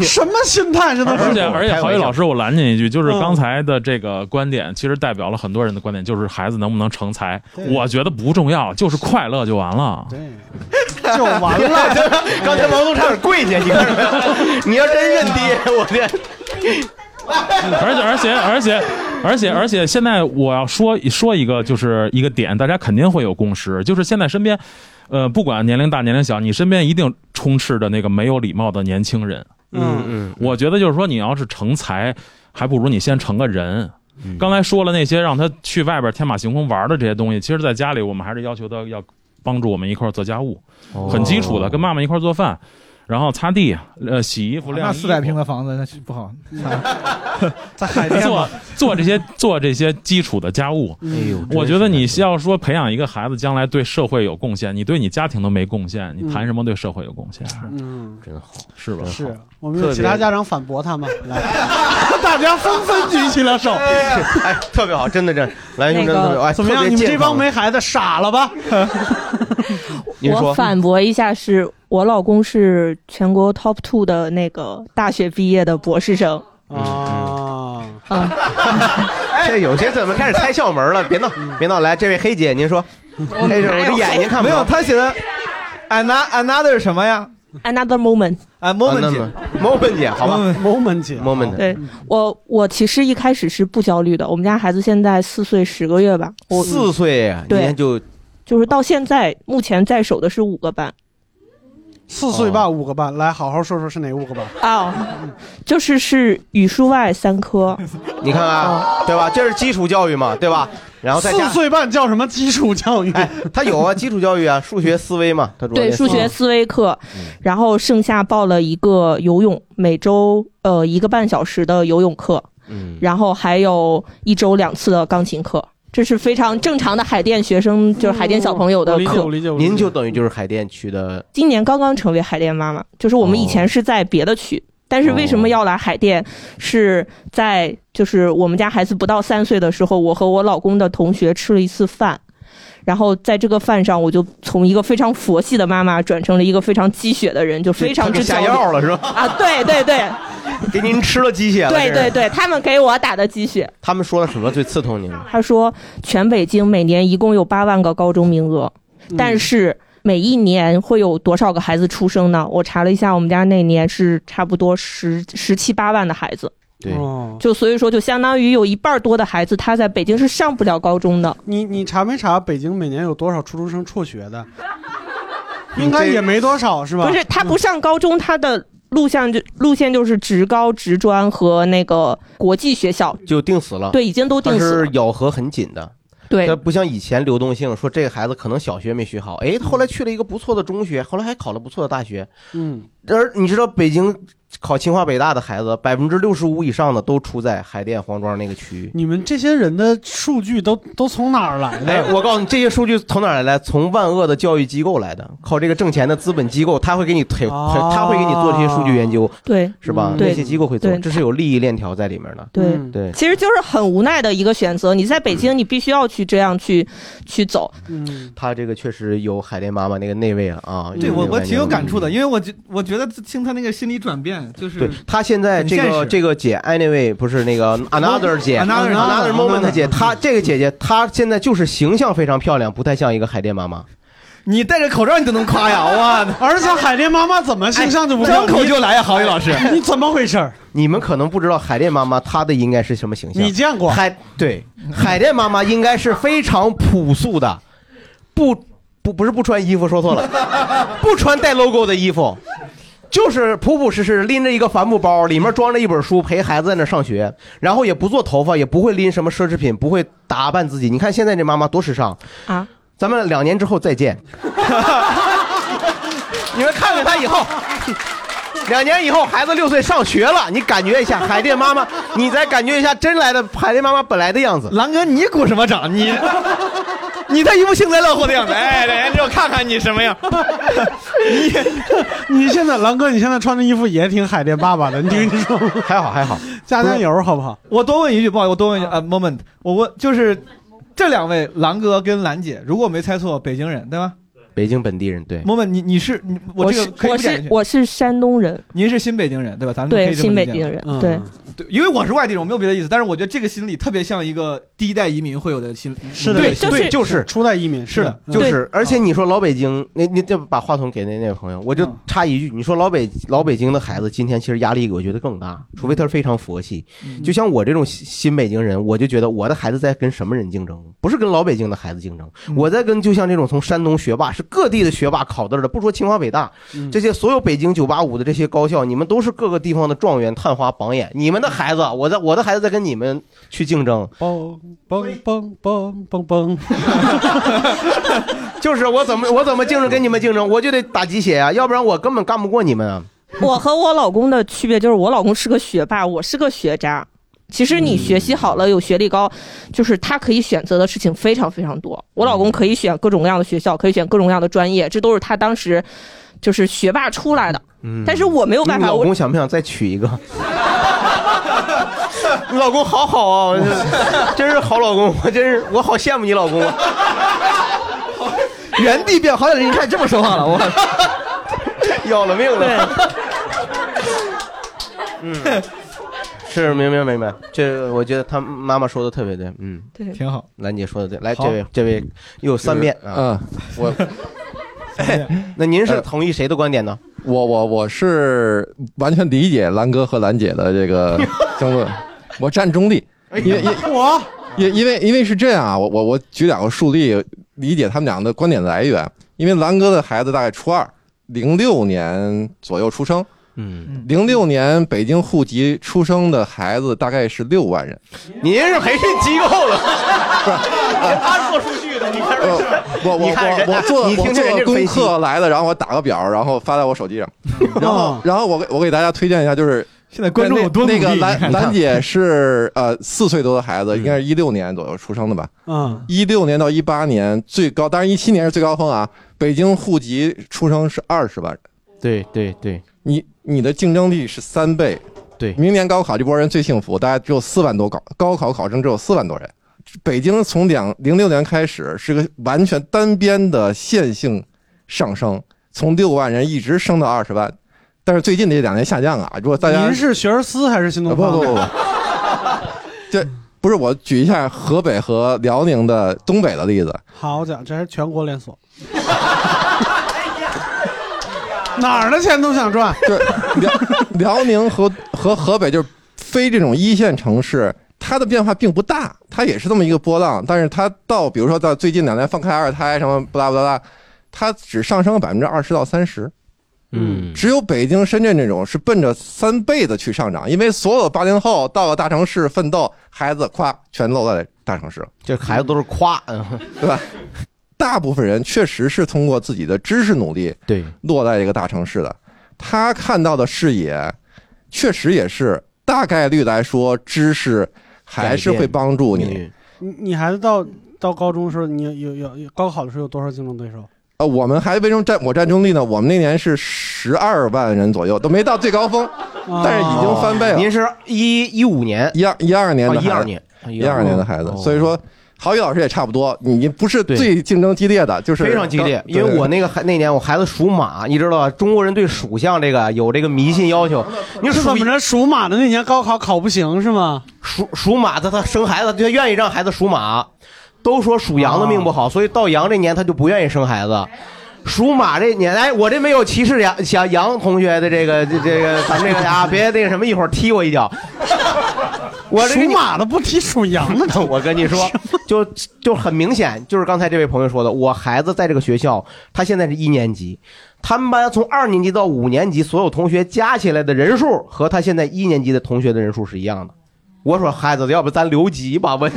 什么心态这都而是且而且，郝宇老师，我拦您一句，就是嗯刚才的这个观点，其实代表了很多人的观点，就是孩子能不能成才，我觉得不重要，就是快乐就完了。对， <laughs> 就完了。刚才毛东差点跪下，你看着没有？你要真认爹，我天！而且而且而且而且而且，现在我要说说一个，就是一个点，大家肯定会有共识，就是现在身边，呃，不管年龄大年龄小，你身边一定充斥着那个没有礼貌的年轻人。嗯嗯，嗯，我觉得就是说，你要是成才，还不如你先成个人嗯。刚才说了那些让他去外边天马行空玩的这些东西，其实在家里我们还是要求他要帮助我们一块儿做家务，很基础的，跟妈妈一块儿做饭，然后擦地，呃，洗衣服、那晾衣四百平服，的房子，那是不好。在海淀做嘛，做这些做这些基础的家务。哎呦，嗯我觉得你要说培养一个孩子将来对社会有贡献，你对你家庭都没贡献，你谈什么对社会有贡献？啊嗯，真好，是吧？是啊我们有其他家长反驳他们，来，大家纷纷举起了手。哎，特别好，真的真的，蓝兄真的特别好哎怎么特样？别你们这健康帮没孩子傻了吧？ <laughs> 您我说反驳一下是，我老公是全国 top two 的那个大学毕业的博士生，嗯啊，这有些怎么开始猜窍门了？嗯别闹，别闹！来，这位黑姐，您说， <laughs> 哎，我这眼睛看不没有，到。他写的 another another 什么呀？ Another moment，啊，moment 姐， ，moment 姐，好吧 moment 姐，moment 姐对我我其实一开始是不焦虑的，我们家孩子现在四岁十个月吧，我四岁，你对看就就是到现在目前在手的是五个班四岁哦半五个半，来好好说说是哪五个半？哦，就是是语数外三科，你看哦看，对吧？这是基础教育嘛，对吧？然后再四加，岁半叫什么基础教育？哎，他有啊，基础教育啊，数学思维嘛，他主要对也是数学思维课，然后剩下报了一个游泳，每周呃一个半小时的游泳课，嗯，然后还有一周两次的钢琴课，这是非常正常的海淀学生，就是海淀小朋友的我理解，课我。理解。我理解您就等于就是海淀区的，今年刚刚成为海淀妈妈，就是我们以哦前是在别的区，但是为什么要来海淀？是在就是我们家孩子不到三岁的时候，我和我老公的同学吃了一次饭。然后在这个饭上，我就从一个非常佛系的妈妈转成了一个非常鸡血的人，就 <laughs> 非常他给之下焦虑药了是吧？啊！对对对 <laughs> 给您吃了鸡血了，对这对是。对，他们给我打的鸡血，他们说了什么最刺痛您？他说，全北京每年一共有八万个高中名额，嗯但是每一年会有多少个孩子出生呢？我查了一下，我们家那年是差不多十十七八万的孩子，对，哦就所以说，就相当于有一半儿多的孩子他在北京是上不了高中的。你你查没查北京每年有多少初嗯中生辍学的？应该也没多少是吧？不是，他不上高中，他的路线就路线就是职高、职专和那个国际学校。就定死了，对已经都定死了它是咬合很紧的。对它不像以前流动性，说这个孩子可能小学没学好，哎，他后来去了一个不错的中学，后来还考了不错的大学。嗯，而你知道北京考清华北大的孩子，百分之六十五以上的都出在海淀黄庄那个区域。你们这些人的数据都都从哪儿来的？哎，我告诉你，这些数据从哪儿来？从万恶的教育机构来的，靠这个挣钱的资本机构，他会给你推，他会给你做这些数据研究，哦对嗯是吧？对那些机构会做，对这是有利益链条在里面的。对嗯对，其实就是很无奈的一个选择。你在北京，你必须要去这样去去走。嗯，他这个确实有海淀妈妈那个那位啊啊，对有我那个我概挺有念感触的，因为我觉我觉得听他那个心理转变，就是对她现在这很现个实这个姐，anyway 不是那个 another 姐 Another- another moment Another- 姐，她这个姐姐她现在就是形象非常漂亮，不太像一个海淀妈妈。你戴着口罩你都能夸 <laughs> 呀，哇！而且海淀妈妈怎么形象就不啊哎张口就来呀，啊郝宇老师 <laughs> 你怎么回事？你们可能不知道海淀妈妈她的应该是什么形象？你见过海对海淀妈妈应该是非常朴素的，不不不是不穿衣服，说 <laughs> 错了，不穿带 logo 的衣服，就是朴朴实实拎着一个帆布包，里面装着一本书，陪孩子在那上学，然后也不做头发，也不会拎什么奢侈品，不会打扮自己。你看现在这妈妈多时尚啊！咱们两年之后再见，你们看看她以后。 <laughs> 两年以后，孩子六岁上学了，你感觉一下海淀妈妈，你再感觉一下真来的海淀妈妈本来的样子。狼哥，你鼓什么掌？你你这一副 <laughs> 幸灾乐祸的样子，哎，人家就看看你什么 <laughs> 样。 <laughs> 你现在，狼哥，你现在穿的衣服也挺海淀爸爸的，你跟你说，还好还好，加加油好不好？我多问一句，不好意思，我多问一句啊，moment，我问就是这两位狼哥跟兰姐，如果我没猜错，北京人对吧北京本地人对， ？moment，你你是你我这是个可以我不讲是进去。我是山东人，您是新北京人对吧？咱们可对以这么新北理解京吗人，嗯对对，因为我是外地人，我没有别的意思，但是我觉得这个心理特别像一个第一代移民会有的心理。是的对就是对就是初代移民是的，嗯就是，而且你说老北京，那你这把话筒给那那位朋友，我就嗯插一句，你说老北老北京的孩子今天其实压力我觉得更大，除非他是非常佛系，嗯就像我这种新新北京人，我就觉得我的孩子在跟什么人竞争？不是跟老北京的孩子竞争，嗯我在跟就像这种从山东学霸，是各地的学霸考到的，不说清华北大，嗯这些所有北京九八五的这些高校，你们都是各个地方的状元、探花、榜眼，你们的孩子，我在我的孩子在跟你们去竞争，嘣嘣嘣嘣嘣嘣，就是我怎么我怎么竞争跟你们竞争，我就得打鸡血啊，要不然我根本干不过你们啊。我和我老公的区别就是，我老公是个学霸，我是个学渣。其实你学习好了，有学历高，就是他可以选择的事情非常非常多。我老公可以选各种各样的学校，可以选各种各样的专业，这都是他当时就是学霸出来的。但是我没有办嗯你法，老我公想不想再娶一个？ <laughs> 你老公好好啊，我这真是好老公，我真是我好羡慕你 <laughs> 老公啊。原地变，好歹人家这么说话 <laughs> 了，我。要了命对了。 <laughs> 嗯，是明白明白，这我觉得他妈妈说的特别对，嗯，对挺好，兰姐说的对，来这好位这位又有三遍啊，嗯， <laughs> 我，哎那您呃是同意谁的观点呢？我我我是完全理解兰哥和兰姐的这个争论，我站中立，哎因为因我因因为因为是这样啊，我我我举两个数例理解他们俩的观点来源，因为兰哥的孩子大概初二，零六年左右出生，嗯，零六年北京户籍出生的孩子大概是六万人，您是培训机构的， <laughs> 他做数据的，你看呃，我我你看人我家我做你听我听做人家了功分析课来了，然后我打个表，然后发在我手机上，然后然后我给我给大家推荐一下，就是现在观众有多努那力？那个你看兰兰姐是呃四岁多的孩子，应该嗯是一六年左右出生的吧？嗯，一六年到一八年最高，当然一七年是最高峰啊。北京户籍出生是二十万人，对对对你你的竞争力是三倍。对明年高考这波人最幸福，大概只有四万多高高考考生只有四万多人。北京从两零六年开始是个完全单边的线性上升，从六万人一直升到二十万，但是最近这两年下降啊。如果大家您是学而思还是新啊东不不方？不不， <laughs> 这不是我举一下河北和辽宁的东北的例子，好家伙，这还是全国连锁，哪儿的钱都想 <laughs> 赚。就是辽辽宁和和河北，就是非这种一线城市，它的变化并不大，它也是这么一个波浪，但是它到比如说到最近两年放开二胎什么不拉不拉不拉，它只上升了百分之二十到三十，嗯只有北京、深圳这种是奔着三倍的去上涨，因为所有八零后到了大城市奋斗，孩子夸全落在大城市了，这孩子都是夸，嗯对吧？ <laughs> 大部分人确实是通过自己的知识努力，对，落在一个大城市的，他看到的视野，确实也是大概率来说，知识还是会帮助你。你你孩子到到高中的时候，你有有有有高考的时候有多少竞争对手？呃，我们还为什么占我占中立呢？我们那年是十二万人左右，都没到最高峰，啊但是已经翻倍了。您是一一五年，一二一二年的孩子，哦12年一二年的孩子，哦所以说。郝宇老师也差不多，你不是对最竞争激烈的，就是非常激烈，刚因为对我那个孩那年我孩子属马，啊你知道吧？中国人对属相这个有这个迷信要求。你是属怎么着？属马的那年高考考不行是吗？属属马的他生孩子，他愿意让孩子属马，都说属羊的命不好，所以到羊这年他就不愿意生孩子。属马这年，哎，我这没有歧视羊小羊同学的这个这这个咱们这个啊，别那个什么，一会儿踢我一脚。我这属马的不踢属羊的， <laughs> 我跟你 <laughs> 说，就就很明显，就是刚才这位朋友说的，我孩子在这个学校，他现在是一年级，他们班从二年级到五年级所有同学加起来的人数和他现在一年级的同学的人数是一样的。我说孩子，要不咱留级吧？我 <laughs> 你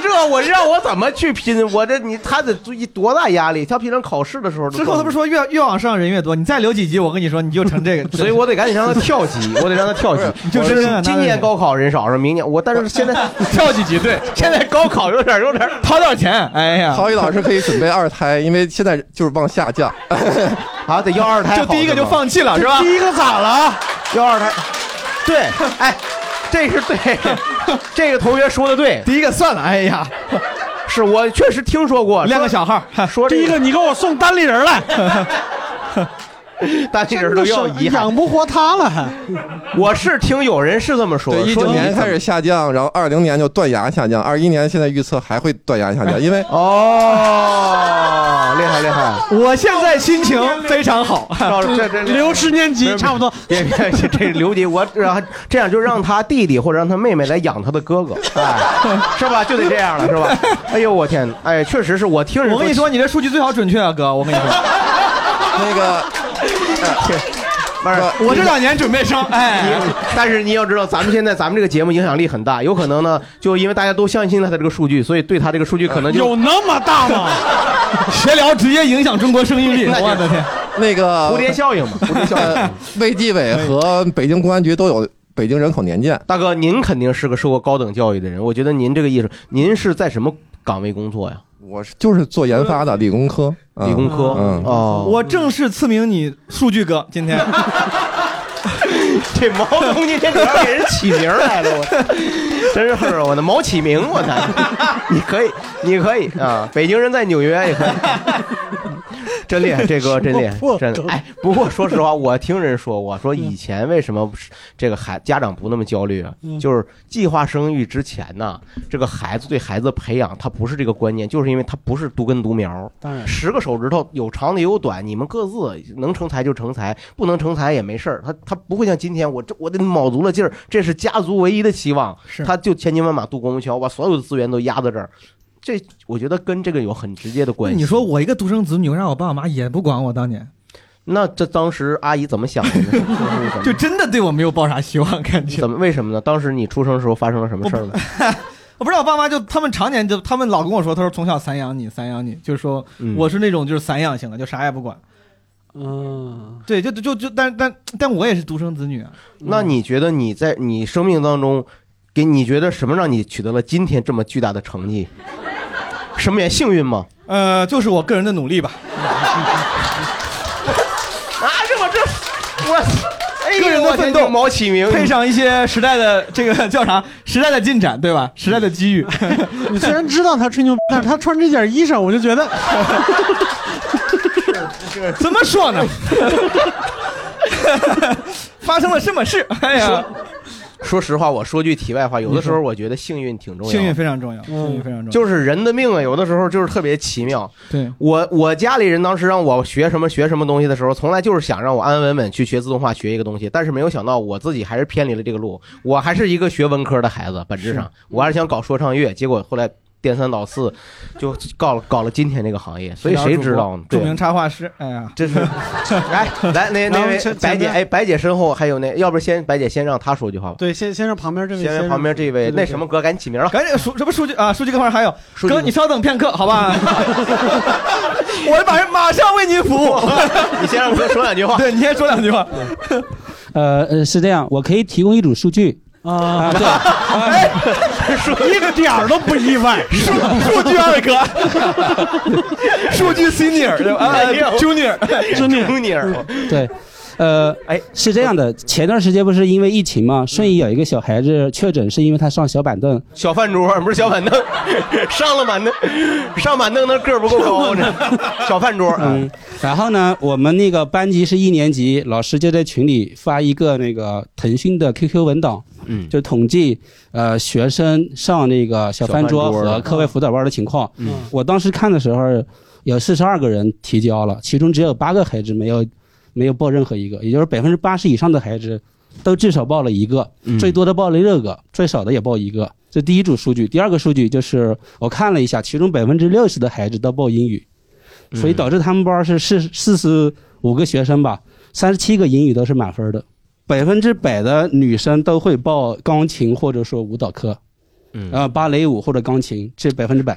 这我让我怎么去拼？我这你他得多大压力？他平常考试的时候都之后他不是说越越往上人越多，你再留几级，我跟你说你就成这个。 <laughs> 所以我得赶紧让他跳级，我得让他跳级。你 <laughs> 就真正今年高考人少，是明年我，但是现在 <laughs> 跳几级，对，现在高考有点有点掏点钱，哎呀，郝宇老师可以准备二胎，因为现在就是往下降，啊，得要二胎好就第一个是吗就放弃了是吧第一个咋了？要二胎，对，哎，这是对，这个同学说的对，第一个算了，哎呀，是我确实听说过，亮个小号，说第一个你给我送单立人来， <laughs> 单立人都要遗憾养不活他了还。 <laughs> 我是听有人是这么说，对，一九说年你怎么开始下降，然后二零年就断崖下降，二一年现在预测还会断崖下降，因为哦，厉害厉害，我现在心情 <laughs> 非常好，这这留十年级差不多。别别，这这刘杰，我然后这样就让他弟弟或者让他妹妹来养他的哥哥，哎，是吧？就得这样了，是吧？哎呦，我天，哎，确实是我听人我跟你说，你这数据最好准确啊，哥，我跟你说，那个，不是我这两年准备生，哎，你 <laughs> 但是你要知道，咱们现在咱们这个节目影响力很大，有 <laughs> 可能呢，就因为大家都相信他的这个数据，所以对他这个数据可能就有那么大 <laughs> 吗？闲聊直接影响中国生育率，我的天，那个蝴蝶效应嘛，蝴蝶效应。 <laughs> 卫计委和北京公安局都有北京人口年鉴，大哥，您肯定是个受过高等教育的人，我觉得您这个意识，您是在什么岗位工作呀？我是就是做研发的理工科，嗯理工科嗯，哦，我正式赐名你数据哥，今天这毛东今天主要给人起名儿来了，我 <laughs> 真是我的毛起名，我 <laughs> 操！你可以，你可以啊！北京人在纽约也 <laughs> 可以，真厉害，这哥真厉什害么破，真梗哎。不过嗯说实话，我听人说，我说以前为什么这个孩家长不那么焦虑啊？就是计划生育之前呢，这个孩子对孩子培养，他不是这个观念，就是因为他不是独根独苗。当然十个手指头有长的也有短，你们各自能成才就成才，不能成才也没事儿。他他不会像今天我这我得卯足了劲儿，这是家族唯一的希望，他就千军万马渡独木桥，把所有的资源都压在这儿。这我觉得跟这个有很直接的关系。你说我一个独生子女，让我爸我妈也不管我，当年那这当时阿姨怎么想的 <laughs> 呢？就真的对我没有抱啥希望，感觉怎么为什么呢？当时你出生的时候发生了什么事儿呢？我不知道我爸妈就他们常年就他们老跟我说，他说从小散养你，散养你，就是说嗯我是那种就是散养型的，就啥也不管。嗯，对，就就就但但但我也是独生子女啊，那你觉得你在你生命当中，给你觉得什么让你取得了今天这么巨大的成绩？ <laughs> 什么也幸运吗？呃，就是我个人的努力吧， <laughs> 啊，这我这我。哎个人的奋斗，毛启明配上一些时代的这个叫啥时代的进展，对嗯吧？时代的 <laughs> 机遇，你虽然知道他吹牛逼，但是他穿这件衣裳，我就觉得啊怎么说 <laughs> 呢？发生了什么事？哎呀，说实话，我说句题外话，有的时候我觉得幸运挺重要的，嗯幸运非常重要，幸运非常重要。就是人的命啊，有的时候就是特别奇妙。对我，我家里人当时让我学什么学什么东西的时候，从来就是想让我安安稳稳去学自动化，学一个东西。但是没有想到我自己还是偏离了这个路，我还是一个学文科的孩子，本质上我还是想搞说唱乐，结果后来颠三倒四，就搞了搞了今天这个行业，所以谁知道呢？著对名插画师，哎呀， <laughs> 这是来来那那位白姐，哎，白姐身后还有那，要不先白姐先让她说句话吧。对，先先让旁边这位先让生旁边这位对对那什么哥赶紧起名了，赶紧数什么数据啊？数据各方面还有哥，你稍等片刻，好 <laughs> 吧？我马上马上为您服务。 <laughs> 你先让哥说两句话，对你先说两句话。呃呃，是这样，我可以提供一组数据。啊，对，哎一点儿都不意外，数数据二哥， <laughs> 数据 senior 对吧啊哎呦 junior 嗯 junior 对，呃，哎，是这样的，前段时间不是因为疫情嘛，顺义有一个小孩子确诊，是因为他上小板凳，小饭桌不是小板凳， <laughs> 上了板凳，上板凳那个儿不够高呢，小饭桌。嗯，然后呢，我们那个班级是一年级，老师就在群里发一个那个腾讯的 QQ 文档，嗯，就统计呃学生上那个小饭桌小饭桌和课外辅导班的情况。嗯，我当时看的时候，有四十二个人提交了，其中只有八个孩子没有没有报任何一个，也就是百分之八十以上的孩子都至少报了一个，嗯最多的报了六个，最少的也报一个。这第一组数据，第二个数据就是我看了一下，其中百分之六十的孩子都报英语。嗯所以导致他们班是四四十五个学生吧，三十七个英语都是满分的，百分之百的女生都会报钢琴或者说舞蹈课，嗯呃，芭蕾舞或者钢琴这百分之百，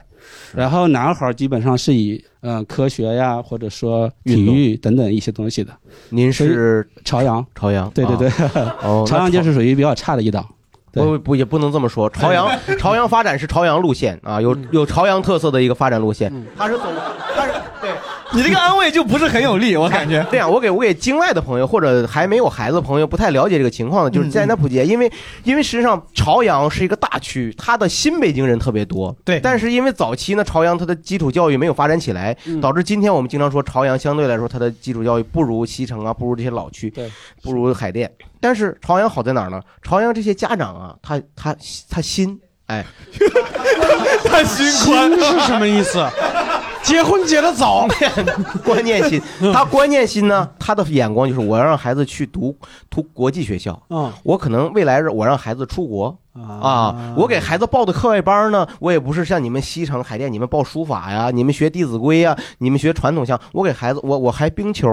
然后男孩儿基本上是以呃科学呀或者说体育等等一些东西的。您是朝阳？朝阳，对对对， <laughs> 哦朝阳就是属于比较差的一档。对不不也不能这么说，朝阳朝阳发展是朝阳路线啊，有有朝阳特色的一个发展路线。他是走，他是对 <laughs> 你这个安慰就不是很有力，我感 <laughs> 觉。这啊样，我给我给境外的朋友或者还没有孩子的朋友不太了解这个情况的，就是嗯简单普及，因为因为实际上朝阳是一个大区，它的新北京人特别多，对，但是因为早期呢，朝阳它的基础教育没有发展起来，嗯导致今天我们经常说朝阳相对来说它的基础教育不如西城啊，不如这些老区，对，不如海淀。但是朝阳好在哪儿呢？朝阳这些家长啊，他他他心。哎， <laughs> 他心宽是什么意思？结婚结得 <laughs> 早，观念心。他观念心呢，他的眼光就是我要让孩子去读读国际学校，嗯，我可能未来我让孩子出国。啊，我给孩子报的课外班呢，我也不是像你们西城、海淀，你们报书法呀，你们学《弟子规》呀，你们学传统项，我给孩子，我我还冰球，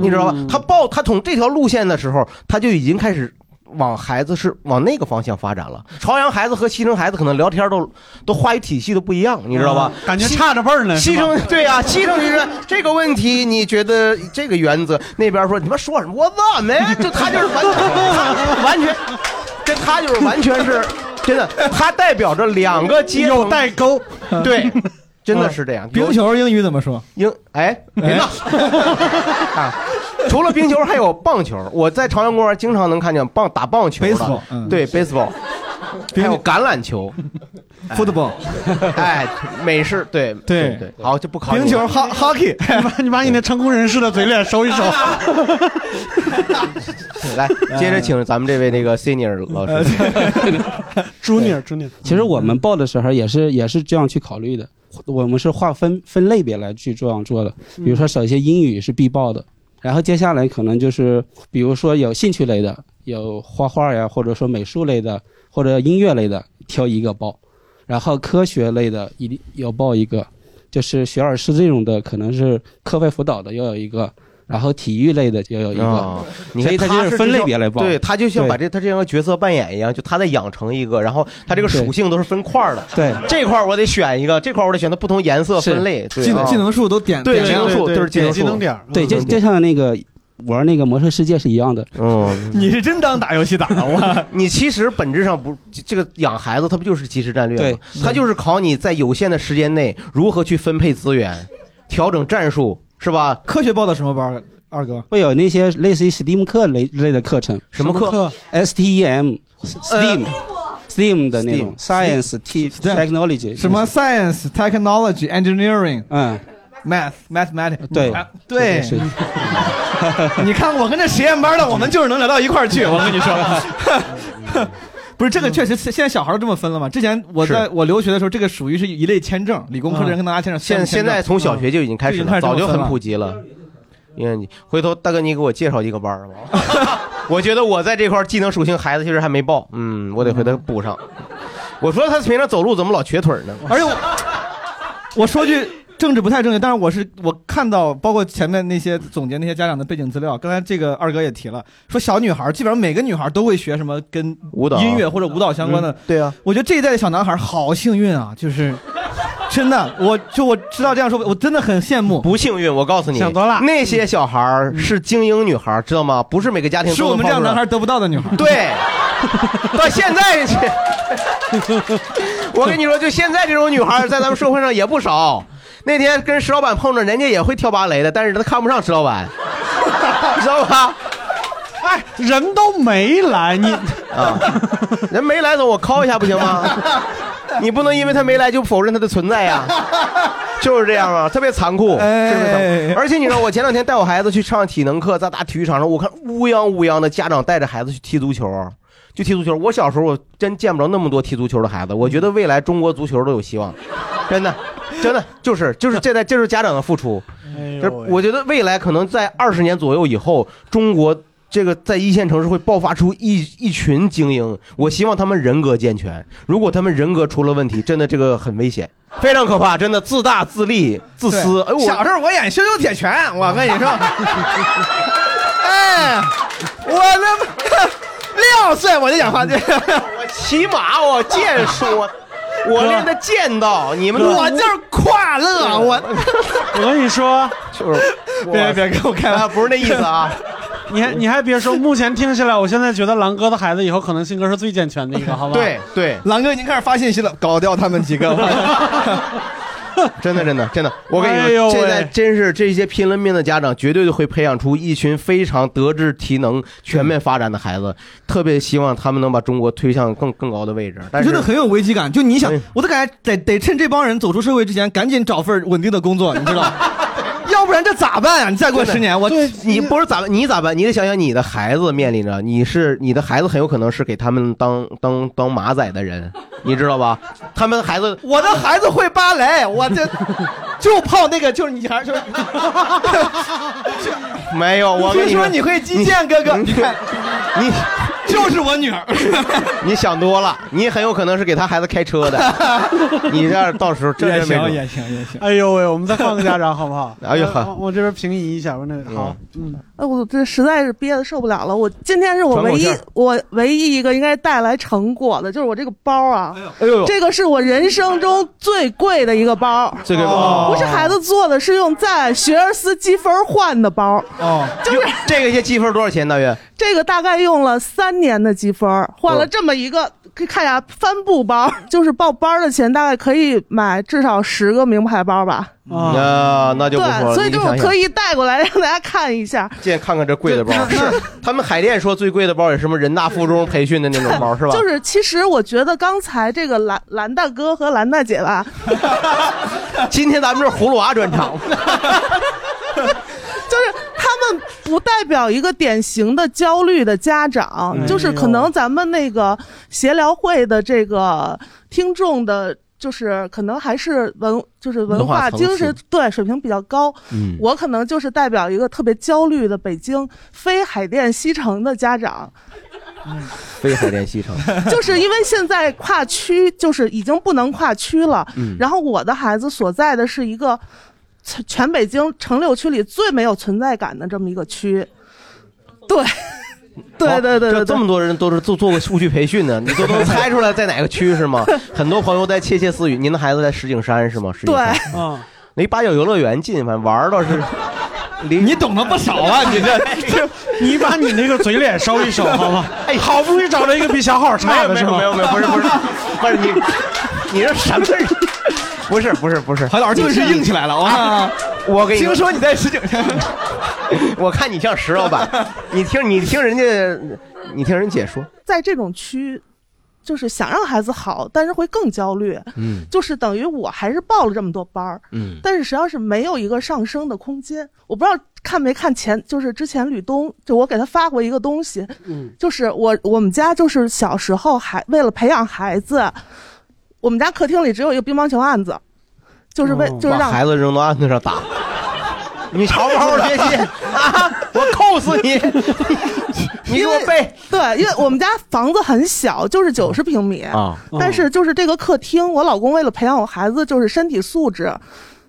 你知道嗯吧？他报他从这条路线的时候，他就已经开始往孩子是往那个方向发展了。朝阳孩子和西城孩子可能聊天都都话语体系都不一样，你知道吧？嗯感觉西差着辈儿呢西是吧城对呀、西城就是这个问题，你觉得这个原则那边说你们说什么？我操，没就 <laughs> 他就是完全他 <laughs> 完全，这他就是完全 <laughs> 是真的，他代表着两个阶层有代沟， <laughs> 对，真的是这样。冰球英语怎么说？英哎，别闹啊！ <laughs> 除了冰球，还有棒球。我在朝阳公园经常能看见棒打棒球的 Baseball，嗯对 <laughs> baseball，还有橄榄球 football，哎，美式对对对，好就不考你了 <laughs> hockey，你把你把你那成功人士的嘴脸收一 <laughs> 收。来，接着请咱们这位 <laughs> 那个 senior 老师。呃 Junior Junior，嗯其实我们报的时候也是也是这样去考虑的，我们是划分分类别来去这样做的。比如说，首先英语是必报的，然后接下来可能就是比如说有兴趣类的，有画画呀，或者说美术类的，或者音乐类的，挑一个报。然后科学类的一定要报一个，就是学而思这种的，可能是课外辅导的要有一个，然后体育类的要有一个。啊，你所看以它就是是分类别来就报。对他就像对把这他这样的角色扮演一样，就他在养成一个，然后他这个属性都是分块儿的。嗯对，这块儿我得选一个，这块儿我得选它不同颜色分类，对技啊能技能树都点对点技亮能了树就是技能树，嗯对，就就像那个玩那个魔兽世界是一样的。哦，你是真当打游戏打了我？啊你其实本质上不，这个养孩子他不就是即时战略吗？他就是考你在有限的时间内如何去分配资源，调整战术，是吧？科学报的什么班？二哥， <laughs> 会有那些类似于 STEAM 课类类的课程，什么课呃什么？STEM STEAM、STEAM 的那种 STEAM Science、T Technology 什么 science、technology、engineering，嗯，math、mathematics，对啊对是， <laughs> 你看我跟这实验班的，我们就是能聊到一块儿去。我跟你说， <laughs> 不是这个确实，现在小孩儿这么分了吗？之前我在我留学的时候，这个属于是一类签证，理工科的人跟大家签证。现现在从小学就已经开嗯始了，早就很普及了。因为你回头大哥，你给我介绍一个 <laughs> 班儿嗯吧。我觉得我在这块儿技能属性孩子确实还没报，嗯，我得回头补上。我说他平常走路怎么老瘸腿儿呢？而且我我说句政治不太正确，但是我是我看到包括前面那些总结那些家长的背景资料，刚才这个二哥也提了，说小女孩基本上每个女孩都会学什么跟舞蹈啊音乐或者舞蹈相关的。嗯对啊，我觉得这一代的小男孩好幸运啊， <laughs> 就是真的，啊我就我知道这样说，我真的很羡慕。不幸运，我告诉你，想多了那些小孩儿是精英女孩儿，知道吗？不是每个家庭都是我们这样男孩得不到的女孩。啊对，到现 <laughs> 在去，我跟你说，就现在这种女孩儿在咱们社会上也不少。那天跟石老板碰着，人家也会跳芭蕾的，但是她看不上石 <laughs> 老板，知道吧？哎，人都没来，你啊，人没来，总我敲一下不行吗？ <laughs> 你不能因为他没来就否认他的存在呀、就是这样啊，特别残酷，哎特别残酷。而且你知 <laughs> 道，我前两天带我孩子去上体能课，在大体育场上，我看乌泱乌泱的家长带着孩子去踢足球，就踢足球。我小时候我真见不着那么多踢足球的孩子，我觉得未来中国足球都有希望，真的，真的就是就是这代，这就是家长的付出。就是我觉得未来可能在二十年左右以后，中国这个在一线城市会爆发出一一群精英。我希望他们人格健全，如果他们人格出了问题，真的这个很危险，非常可怕，真的自大、自利、自私。哎，对我小时候我演《羞羞铁拳》，我跟 <laughs> 你说，哎，我他妈六岁我就演话剧， <laughs> 我骑马，我剑术， <laughs> 我练的剑道，你们都我就是快 <laughs> 乐，我我跟你说，就是别别跟我开玩笑不是那意思啊。 <laughs> 你还你还别说，目前听下来，我现在觉得狼哥的孩子以后可能性格是最健全的一个，好吧？对对， <laughs> 狼哥已经开始发信息了，搞掉他们几个吧。 <laughs> 真的，真的，真的，我跟哎你呦喂说，现在真是这些拼了命的家长，绝对会培养出一群非常德智体能全面发展的孩子。特别希望他们能把中国推向更更高的位置。但是真哎的很有危机感。就你想，我都感觉得得趁这帮人走出社会之前，赶紧找份稳定的工作，你知 <laughs> 道？要不然这咋办呀？你再过十年，我你不是咋办？你咋办？你得想想你的孩子面临着，你是你的孩子很有可能是给他们当当当马仔的人，你知道吧？他们孩子我的孩子会芭蕾，我这就泡那个，就是你还是就是。没有， <laughs> 我跟嗯听说你会击剑，哥哥，你看，你就是我女儿。 <laughs> 你想多了，你很有可能是给他孩子开车的， <laughs> 你这样到时候真也真没行，准？也行，也行。哎呦喂，我们再换个家长好不好哎呦呵我我这边平移一下吧，那个好，嗯，哎，我这实在是憋得受不了了。我今天是我喘口唯一气儿我唯一一个应该带来成果的，就是我这个包啊。哎呦这个是我人生中最贵的一个包。最贵的包不是孩子做的，是用在学而思积分换的包。哦， <laughs> 就是这个一些积分多少钱？大约这个大概用了三年的积分，换了嗯这么一个，可以看一下帆布包， <laughs> 就是报班的钱大概可以买至少十个名牌包吧。啊，那就不说了。对，所以你就想是想可以带过来 <laughs> 让大家看一下。见看看这贵的包，是他们海淀说最贵的包也是什么人大附中培训的那种包是吧？就是其实我觉得刚才这个蓝蓝大哥和蓝大姐吧，今天咱们这葫芦娃专场，就是他们不代表一个典型的焦虑的家长，哎就是可呦能咱们那个协聊会的这个听众的。就是可能还是文，就是文文化化层精神次对水平比较高。嗯我可能就是代表一个特别焦虑的北京非海淀西城的 <laughs> 家长， <laughs> 非海淀西城。就是因为现在跨区就是已经不能跨区了，嗯然后我的孩子所在的是一个全全北京城六区里最没有存在感的这么一个区，对，对对对这对这对。么多人都是做做过数据培训的，你都能猜出来在哪个区是吗？很多朋友在窃窃私语，您的孩子在石景山是吗？石景对山，嗯，啊离八九游乐园近，反正玩儿倒是离你懂得不少啊，你这 <laughs> 你把你那个嘴脸收一收，好吗？哎，好不容易找着一个比小好差的是吗？没有没有没有不是不是不是你，你这什么人？不是不是不是，海哎老师顿时硬起来了哇！ <laughs> 我跟你听说你在石景山， <laughs> 我看你像石老板， <laughs> 你听你听人家，你听人解说，在这种区，就是想让孩子好，但是会更焦虑。嗯就是等于我还是报了这么多班儿，嗯但是实际上是没有一个上升的空间。我不知道看没看前，就是之前吕东，就我给他发过一个东西，嗯就是我我们家就是小时候还为了培养孩子，我们家客厅里只有一个乒乓球案子，就是为、就是哦把让孩子扔到案子上打。你好好学习啊！我扣死你！你给我背。对，因为我们家房子很小，就是九十平米啊但是就是这个客厅，我老公为了培养我孩子就是身体素质，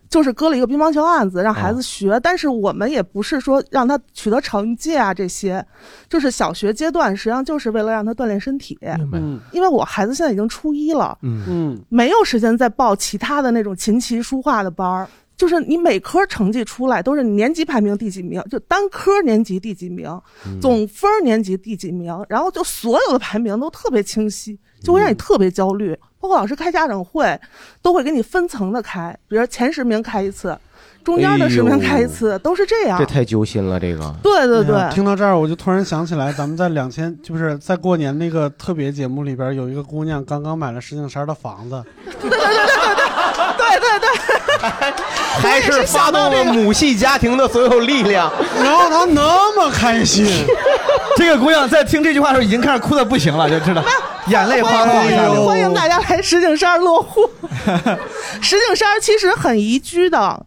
就是搁了一个乒乓球案子让孩啊子学，但是我们也不是说让他取得成绩啊这些，就是小学阶段实际上就是为了让他锻炼身体。嗯，因为我孩子现在已经初一了，嗯嗯，没有时间再报其他的那种琴棋书画的班儿。就是你每科成绩出来都是你年级排名第几名，就单科年级第几名，嗯总分儿年级第几名，然后就所有的排名都特别清晰，就会让你特别焦虑。包括老师开家长会，都会给你分层的开，比如前十名开一次，中间的十名开一次，都是这样。这太揪心了，这个。对对对哎呀听到这儿，我就突然想起来，咱们在两千，就是在过年那个特别节目里边，有一个姑娘刚刚买了石景山的房子，对对对，还是发动了母系家庭的所有力量，然后她那么开心。 <laughs> 这个姑娘在听这句话的时候已经开始哭的不行了，就知道眼泪哗哗往欢下迎流。欢迎大家来石景山落户。 <laughs> 石景山其实很宜居的。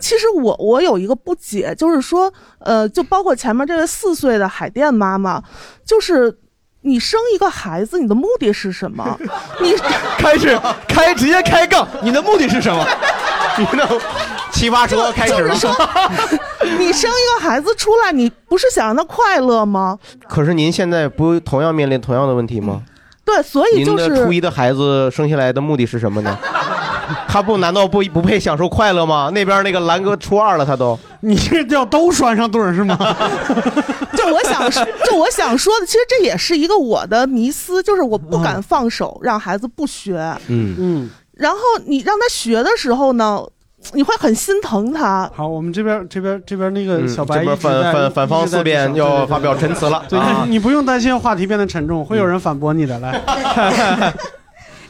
其实我我有一个不解，就是说，呃，就包括前面这位四岁的海淀妈妈，就是你生一个孩子，你的目的是什么？ <laughs> 你 <laughs> 开始开直接开杠，你的目的是 <laughs> 什么？你的奇葩说开始了。 <laughs> 你生一个孩子出来，你不是想让他快乐吗？可是您现在不同样面临同样的问题吗？对，所哎以就您的初一是的孩子生下来的目的是什么呢？ <laughs> 他不难道不不配享受快乐吗？那边那个兰哥初二了，他都你这叫都拴上对儿是吗？就我想说， <laughs> 就我想说的，其实这也是一个我的迷思，就是我不敢放手让孩子不学。嗯嗯。然后你让他学的时候呢，你会很心疼他。好，我们这边这边这边那个嗯小白这一边直在、反反反方四辩一直在举手要对对对发表陈词了对，啊你不用担心话题变得沉重，会有人反驳你的。 <laughs> 来，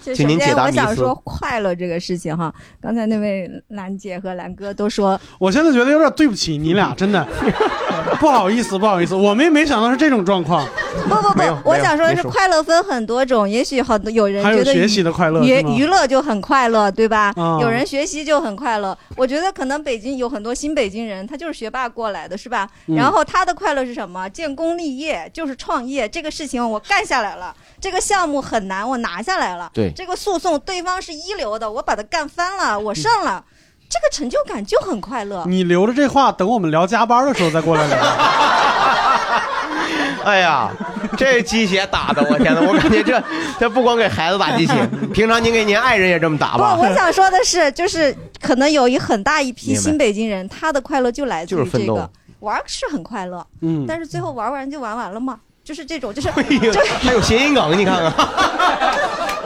就请首您解先答哎我迷想思说快乐这个事情哈，刚才那位兰姐和兰哥都说，我现在觉得有点对不起你俩，真的， <laughs> 不好意思，不好意思，我们也没想到是这种状况。不不不，我想说的是快乐分很多种，也许很多有人还有觉得学娱习的快乐娱是吗娱乐就很快乐，对吧？啊有人学习就很快乐。我觉得可能北京有很多新北京人，他就是学霸过来的，是吧？嗯然后他的快乐是什么？建功立业就是创业，这个事情我干下来了，这个项目很难，我拿下来了。对这个诉讼对方是一流的，我把他干翻了，我胜了，这个成就感就很快乐。嗯你留着这话，等我们聊加班的时候再过来聊。哎呀，这鸡血打的，我天哪！我感觉这这不光给孩子打鸡血，平常您给您爱人也这么打不，吧？哦 <laughs> 我想说的是， <laughs> 就是可能有一很大一批啊明白新北京人，他的快乐就来自就于是奋这斗个玩儿是很快乐，嗯但是最后玩完就玩完了嘛，就是这种，就是 <laughs> 哎呦， <laughs> 还有谐音梗，你看 <laughs> 看。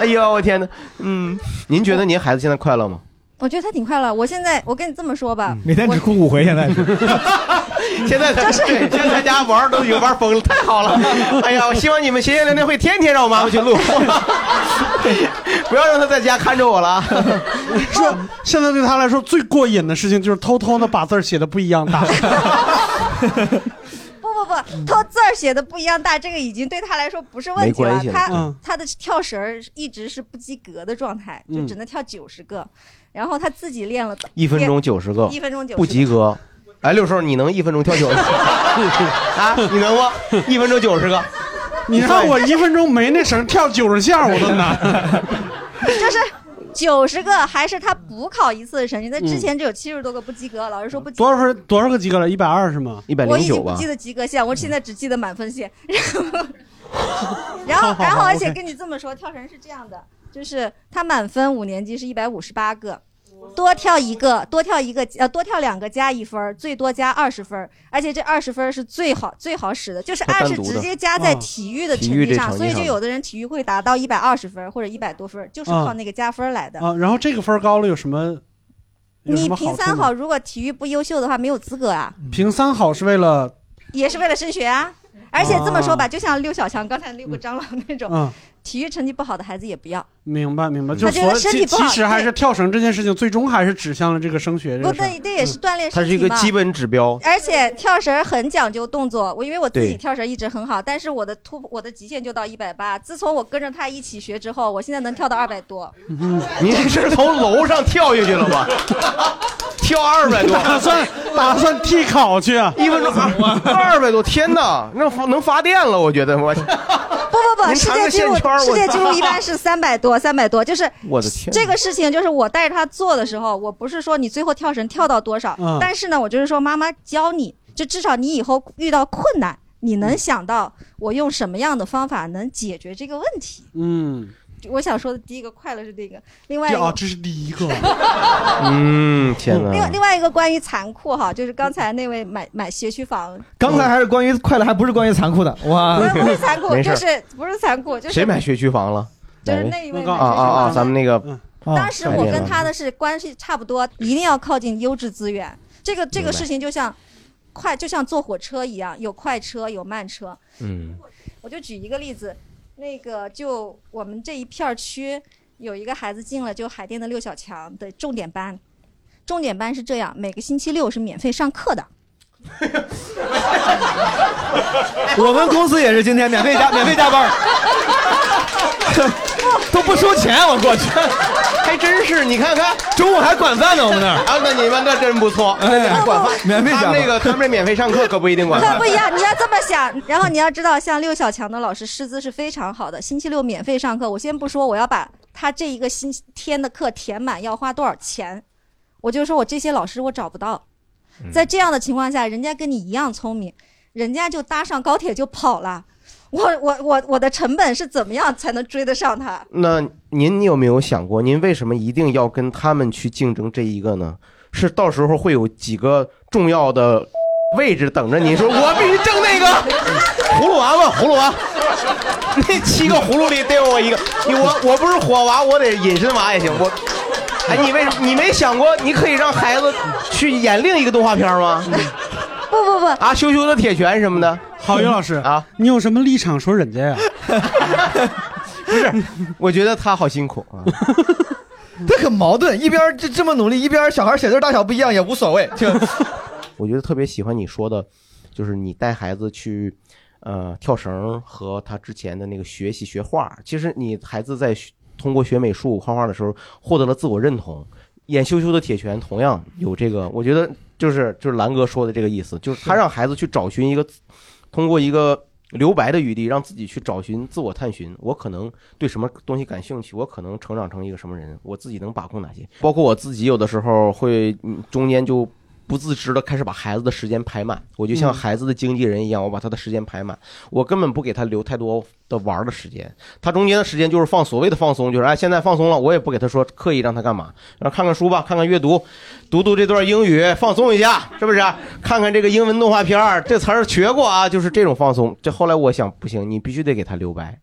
哎呦，我天哪！嗯，您觉得您孩子现在快乐吗？我觉得他挺快乐。我现在我跟你这么说吧，每天只哭五回，现在是。 <laughs> 嗯 <laughs> 现在就是对现在在家玩儿都已经玩疯了，太好了！ <laughs> 哎呀，我希望你们闲闲聊天会天天让我妈妈 <laughs> 去录， <laughs> 不 <laughs> 要让她在家看着我了。 <laughs> 说现在对他来说最过瘾的事情就是偷偷的把字儿写的不一样 <laughs> 大。 <laughs> 不不不，他字儿写的不一样大，这个已经对他来说不是问没题了关系。了他、嗯他的跳绳儿一直是不及格的状态，就嗯只能跳九十个，然后他自己练了一分钟九十个，一分钟九十不及格。哎，六叔，你能一分钟跳九 <laughs> 十啊？你能不？一分钟九十个，你让我一分钟没那绳跳九十下我都难。 <laughs> 就是九十个，还是他补考一次的成绩？那之前只有七十多个不及嗯格，老师说不及格。多少分？多少个及格了？一百二是吗？一百我已经不记得及格线，我现嗯在只记得满分 <laughs> 线。然后，然后，然后，而且跟你这么说，跳绳是这样的，就是他满分五年级是一百五十八个，多跳一个，多跳一个，呃，多跳两个加一分儿，最多加二十分儿，而且这二十分儿是最好最好使的，就是他二单是独直的接加在哦体育的体成育绩这上，成所绩以就上有的人体育会达到一百二十分儿或者一百多分儿，就是嗯啊靠那个加分儿来的。啊，然后这个分儿高了有什么？有什你么评处三吗嗯好，，如果体育不优秀的话，没有资格啊，嗯评三好是为了也是为了升学啊。而且这么说吧，啊就像六小强刚才六个蟑螂那种，嗯体育成绩不好的孩子也不要。明白明白，嗯就他是觉所得身体其不其好实还是跳绳这件事情，最终还是指向了这个升学这不，个事儿。对，这也是锻炼它身是一体哎个嘛。基本指标。 <laughs> 而且跳绳很讲究动作，我因为我自己对跳绳一直很好，但是我的突我的极限就到一百八。自从我跟着他一起学之后，我现在能跳到二百多。 <laughs> 您是从楼上跳下去了吧？挑二百多，打算打算替考去啊？一分钟二百多，天哪，那发能发电了，我觉得我。不不不，您世缠界个纪线录圈儿我世界纪录操一般是三百多，三百多就是。 <laughs> 我的天，这个事情就是我带着他做的时候，我不是说你最后跳绳跳到多少，嗯但是呢，我就是说妈妈教你，就至少你以后遇到困难，你嗯能想到我用什么样的方法能解决这个问题。嗯，我想说的第一个快乐是这个，另外一这哦啊个，这是第一个。嗯，天哪另外另外一个关于残酷哈，就是刚才那位买买学区房，刚才还是关于快乐，还不是关于残酷的哇！不是不是残酷，啊没事就儿是不是残酷，就是谁买学区房了？就是那一位买学区啊房啊啊！咱们那个，嗯啊当时我跟他的是关系差不多，一定要靠近优质资源。这个这个明白事情就像快，就像坐火车一样，有快车，有慢车。嗯，我就举一个例子，那个就我们这一片儿区有一个孩子进了就海淀的六小强的重点班，重点班是这样，每个星期六是免费上课的。 <laughs> 我们公司也是今天 <laughs> 免费加免费加班儿， <laughs> 都不收钱，我过 <laughs> 去，还真是你看看，中午还管饭呢，我们那儿。啊，那你们那真不错，哎还管饭，免费他讲们那个他们这免费上课可不一定管可 <laughs> 饭不，一样，你要这么想，然后你要知道，像六小强的老师师资是非常好的，星期六免费上课。我先不说我要把他这一个星期天的课填满要花多少钱，我就说我这些老师我找不到。在这样的情况下，人家跟你一样聪明，人家就搭上高铁就跑了。我我我我的成本是怎么样才能追得上他？那您有没有想过，您为什么一定要跟他们去竞争这一个呢？是到时候会有几个重要的位置等着您，说我必须争那个葫芦娃嘛，葫芦娃。那七个葫芦里得有我一个，你我我不是火娃，我得隐身娃也行。我，哎，你为什么你没想过，你可以让孩子去演另一个动画片吗？不不不啊，羞羞的铁拳什么的。郝云老师啊，你有什么立场说人家呀？ <laughs> 不是，我觉得他好辛苦啊。他很矛盾，一边儿这这么努力，一边儿小孩写字大小不一样也无所谓，就我觉得特别喜欢你说的，就是你带孩子去，呃，跳绳和他之前的那个学习学画。其实你孩子在学通过学美术、画画的时候，获得了自我认同。演羞羞的铁拳同样有这个，我觉得就是就是兰哥说的这个意思，就是他让孩子去找寻一个，通过一个留白的余地，让自己去找寻自我探寻。我可能对什么东西感兴趣，我可能成长成一个什么人，我自己能把控哪些。包括我自己，有的时候会嗯中间就不自知的开始把孩子的时间排满。我就嗯像孩子的经纪人一样，我把他的时间排满，我根本不给他留太多的玩儿的时间。他中间的时间就是放所谓的放松，就是哎现在放松了，我也不给他说刻意让他干嘛，让他看看书吧，看看阅读，读读这段英语，放松一下，是不是？看看这个英文动画片儿，这词儿学过啊，就是这种放松。这后来我想不行，你必须得给他留白。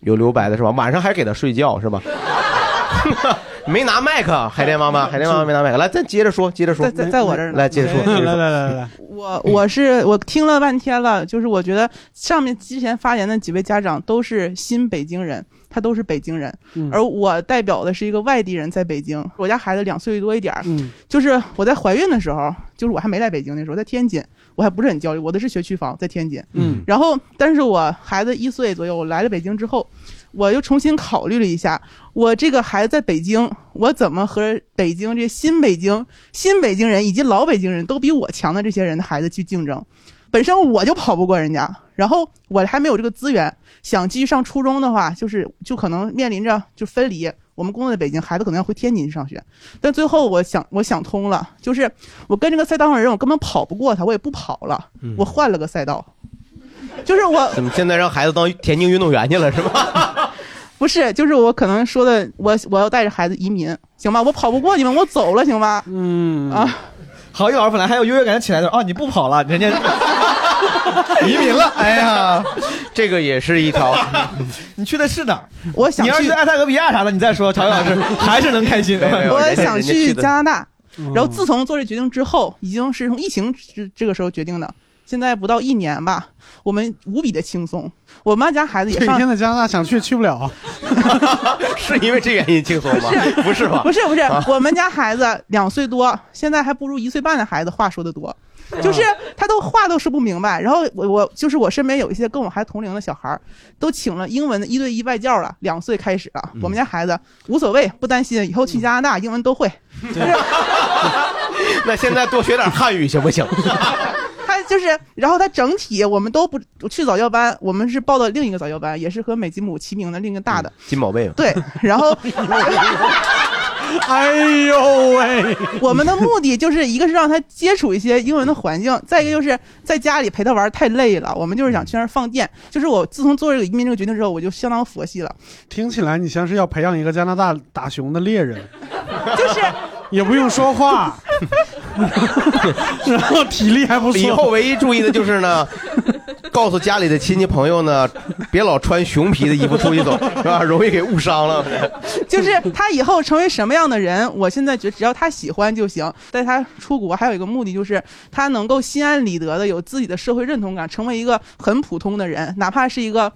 有留白的是吧？晚上还给他睡觉是吧？ <laughs> 没拿麦克，海淀妈妈，海淀妈妈没拿麦克，来，咱接着说，接着说，在在在我这儿呢来接着说，接着 <laughs> 来说来来来来，我我是我听了半天了，就是我觉得上面之前发言的几位家长都是新北京人，他都是北京人，嗯而我代表的是一个外地人在北京。我家孩子两岁多一点儿，嗯就是我在怀孕的时候，就是我还没来北京那时候，在天津，我还不是很焦虑，我的是学区房在天津，嗯然后但是我孩子一岁左右，我来了北京之后，我又重新考虑了一下，我这个孩子在北京，我怎么和北京这新北京、新北京人以及老北京人都比我强的这些人的孩子去竞争？本身我就跑不过人家，然后我还没有这个资源，想继续上初中的话，就是就可能面临着就分离。我们工作在北京，孩子可能要回天津上学，但最后我想我想通了，就是我跟这个赛道上的人，我根本跑不过他，我也不跑了嗯，我换了个赛道，就是我怎么现在让孩子当田径运动员去了是吧？不是，就是我可能说的，我我要带着孩子移民，行吧？我跑不过你们，我走了，行吧？嗯啊，郝宇老师本来还有优越感起来的，哦，你不跑了，人家移民了，哎呀，这个也是一条， <laughs> 你去的是哪儿？我想你要是去去埃塞俄比亚啥的，你再说，曹宇老 <laughs> 师还是能 <laughs> 开心。我想哦去加拿大，然后自从做这决定之后，已经是从疫情这这个时候决定的。现在不到一年吧，我们无比的轻松。我妈家孩子也这一上天在加拿大想去去不了， <laughs> 是因为这原因轻松吗？不是吧？ <laughs> 不是不是啊，我们家孩子两岁多，现在还不如一岁半的孩子话说的啊多，就是他都话都说不明白。然后我我就是我身边有一些跟我还同龄的小孩儿，都请了英文的一对一外教了，两岁开始嗯了。我们家孩子无所谓，不担心，以后去加拿大英文 <laughs> 都会。那现在多学点汉语行不行？他就是，然后他整体我们都不去早教班，我们是报的另一个早教班，也是和美吉姆齐名的另一个大的。金宝贝嘛，对，<laughs> 然后， <laughs> 哎呦喂， <laughs> 我们的目的就是一个是让他接触一些英文的环境，再一个就是在家里陪他玩太累了，我们就是想去那儿放电。就是我自从做这个移民这个决定之后，我就相当佛系了。听起来你像是要培养一个加拿大打熊的 <laughs> 猎人，就是也不用说话，然后体力还不错。以后唯一注意的就是呢，告诉家里的亲戚朋友呢，别老穿熊皮的衣服出去走，是吧？容易给误伤了。 <laughs> <laughs> 就是他以后成为什么样的人，我现在觉得只要他喜欢就行。带他出国还有一个目的就是他能够心安理得的有自己的社会认同感，成为一个很普通的人， <laughs> 哪怕是一个。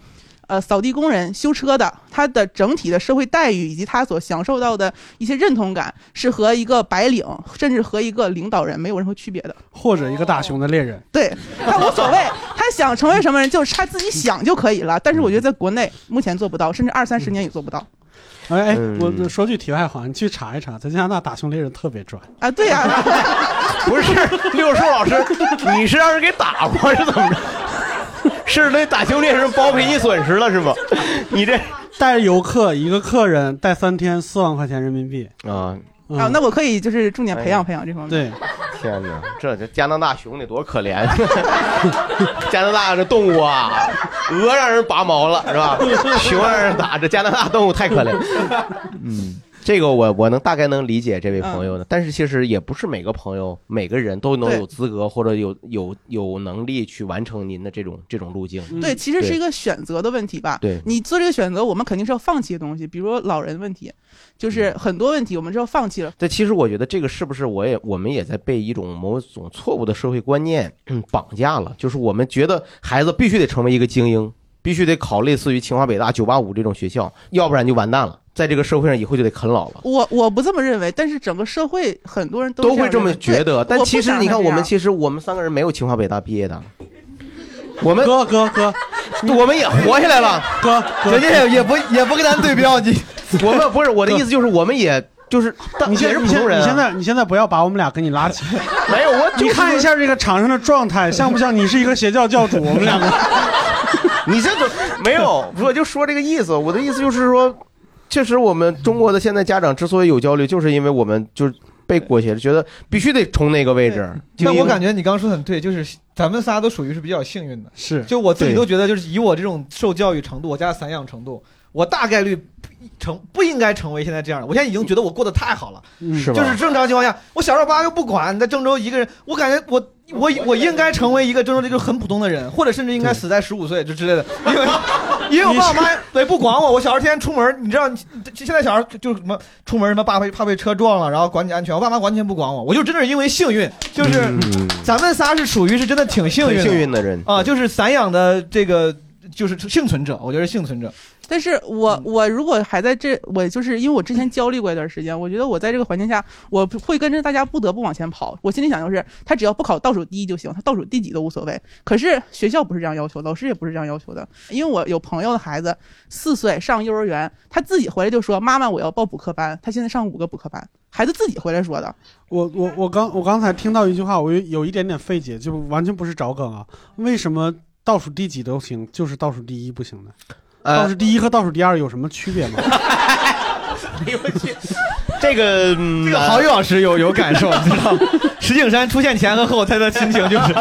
呃，扫地工人、修车的，他的整体的社会待遇以及他所享受到的一些认同感，是和一个白领，甚至和一个领导人没有任何区别的。或者一个大熊的猎人，对他无所谓，他想成为什么人，就是他自己想就可以了。但是我觉得在国内目前做不到，甚至二三十年也做不到。哎哎，嗯我说句题外话，你去查一查，在加拿大打熊猎人特别赚。 <laughs> 啊，对啊呀、 <laughs> 不 <laughs> 是六叔老师，你是让人给打过是怎么着？ <laughs> 是那打熊猎人包赔你损失了 <laughs> 是吗？你这带游客一个客人带三天四万块钱人民币嗯啊啊，那我可以就是重点培哎呀养培养这方面。对，天哪，这这加拿大熊得多可怜！ <laughs> 加拿大这动物啊，鹅让人拔毛了是吧？熊让人打，这加拿大动物太可怜。嗯，这个我我能大概能理解这位朋友的，但是其实也不是每个朋友每个人都能对有资格或者有有有能力去完成您的这种这种路径。 <laughs> 对，其实是一个选择的问题吧。对你做这个选择，我们肯定是要放弃的东西，比如说老人问题，就是嗯很多问题我们是要放弃了。但其实我觉得这个是不是我也我们也在被一种某种错误的社会观念嗯绑架了？就是我们觉得孩子必须得成为一个精英，必须得考类似于清华、北大、九八五这种学校，要不然就完蛋了，在这个社会上以后就得啃老了。我我不这么认为，但是整个社会很多人都都这会样这么认为觉得，对但我不其实想你看，让他我这们样其实我们三个人没有清华北大毕业的，我们哥哥哥，我们也活下来了，哥，哥人家也也不也不跟咱对标，你我们不是我的意思就是我们也就是但你也现在是普你现通在人你啊，现在你现在不要把我们俩给你拉起来。 <laughs> 没有我就你是看一下这个场上的状态，哎像不像你是一个邪教教主？我们两个， <laughs> 你这都没有，我就说这个意思。我的意思就是说，确实我们中国的现在家长之所以有焦虑，就是因为我们就是被裹挟着，觉得必须得冲那个位置。但我感觉觉你刚刚说的很对，就是咱们仨都属于是比较幸运的， <laughs> 是就我自己对都觉得，就是以我这种受教育程度，我家的散养程度，我大概率不成不应该成为现在这样的。我现在已经觉得我过得太好了，嗯是吧就是正常情况下，我小时候爸又不管，在郑州一个人，我感觉我我我应该成为一个郑州这种很普通的人，或者甚至应该死在十五岁就之类的，因为因为我爸妈对不管我，我小时候天天出门，你知道，你现在小孩就是什么出门什么爸被怕被车撞了，然后管你安全，我爸妈完全不管我，我就真的是因为幸运，就是咱们仨是属于是真的挺幸运嗯很幸运的人啊，就是散养的这个就是幸存者，我觉得是幸存者。但是我我如果还在这，我就是因为我之前焦虑过一段时间，我觉得我在这个环境下，我不会跟着大家不得不往前跑。我心里想就是，他只要不考倒数第一就行，他倒数第几都无所谓。可是学校不是这样要求，老师也不是这样要求的。因为我有朋友的孩子四岁上幼儿园，他自己回来就说：“妈妈，我要报补课班。”他现在上五个补课班，孩子自己回来说的。我我我刚我刚才听到一句话，我有有一点点费解，就完全不是找梗啊。为什么倒数第几都行，就是倒数第一不行呢？呃倒数第一和倒数第二有什么区别吗？ <laughs> <laughs> 哎这个嗯这这个郝宇老师有有感 <laughs> 受，你知道吗？石景山出现前和后，他的心情就是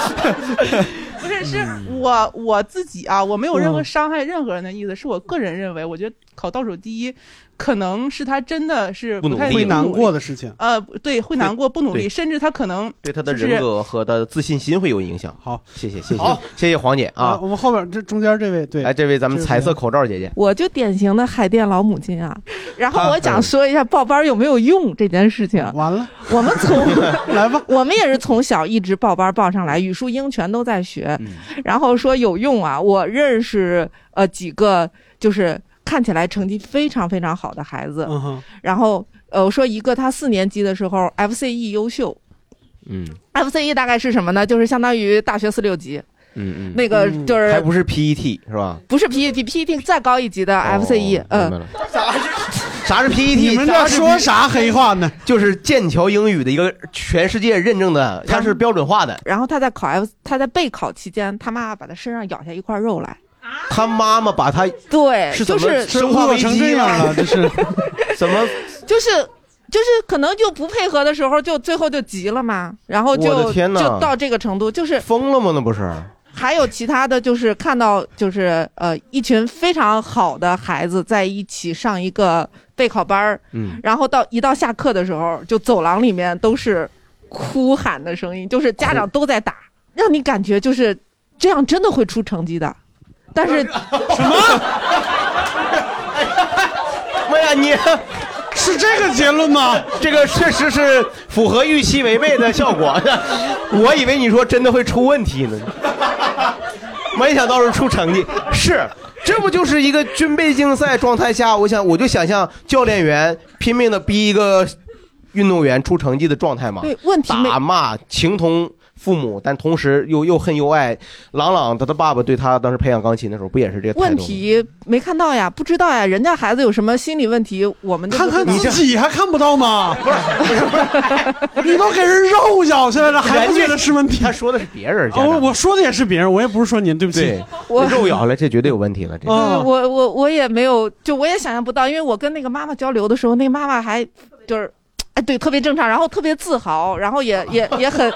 不是，是我我自己啊，我没有任何嗯伤害任何人的意思，是我个人认为，我觉得考倒数第一可能是他真的是不努太力会会难过的事情。呃，对，会难过，不努力，对甚至他可能对他的就是人格和他的自信心会有影响。好，谢谢谢谢好谢谢黄姐啊我！们后边这中间这位，对，哎，这位咱们彩色口罩姐姐，我就典型的海淀老母亲 <laughs> 啊。然后我啊想说一下报班有没有用这件事情。啊完了，我们从 <laughs> 来吧， <laughs> 我们也是从小一直报班报上来，语数英全都在学。嗯然后说有用啊，我认识呃几个就是看起来成绩非常非常好的孩子，嗯哼然后呃我说一个他四年级的时候 FCE 优秀。嗯 FCE 大概是什么呢？就是相当于大学四六级，嗯嗯，那个就是还不是 PET 是吧？不是 PE 比 PET 再高一级哦的 FCE，、哦明白嗯了，啥是 PET？你们这说啥黑话呢？就是剑桥英语的一个全世界认证的，它是标准化的。然后他在考 F，他在备考期间，他妈妈把他身上咬下一块肉来，他妈妈把他对，是哎就怎么是生化危机啊这是 <laughs> 怎么？就是就是可能就不配合的时候，就最后就急了嘛，然后我的哦就天就呐到这个程度，就是疯了吗？那不是？还有其他的就是看到就是呃一群非常好的孩子在一起上一个备考班儿，嗯然后到一到下课的时候，就走廊里面都是哭喊的声音，就是家长都在打，让你感觉就是这样真的会出成绩的，但 <laughs> 是什么？妈呀，你是这个结论吗？这个确实是符合预期违背的效果。我以为你说真的会出问题呢，没想到是出成绩。是，这不就是一个军备竞赛状态下，我想我就想象教练员拼命的逼一个运动员出成绩的状态嘛？对问题没打骂情同。父母，但同时又又恨又爱。朗朗他的爸爸对他当时培养钢琴的时候，不也是这个态度吗问题没看到呀，不知道呀，人家孩子有什么心理问题，我们都看看不知道自己还看不到吗？不是，不是，你都给人肉咬下来了，还不觉得是问题？他说的是别人家长哦，我说的也是别人，我也不是说您，对不起对。我肉咬了，这绝对有问题了。这个，哦嗯，我我我也没有，就我也想象不到，因为我跟那个妈妈交流的时候，那个妈妈还就是，哎，对，特别正常，然后特别自豪，然后也也也很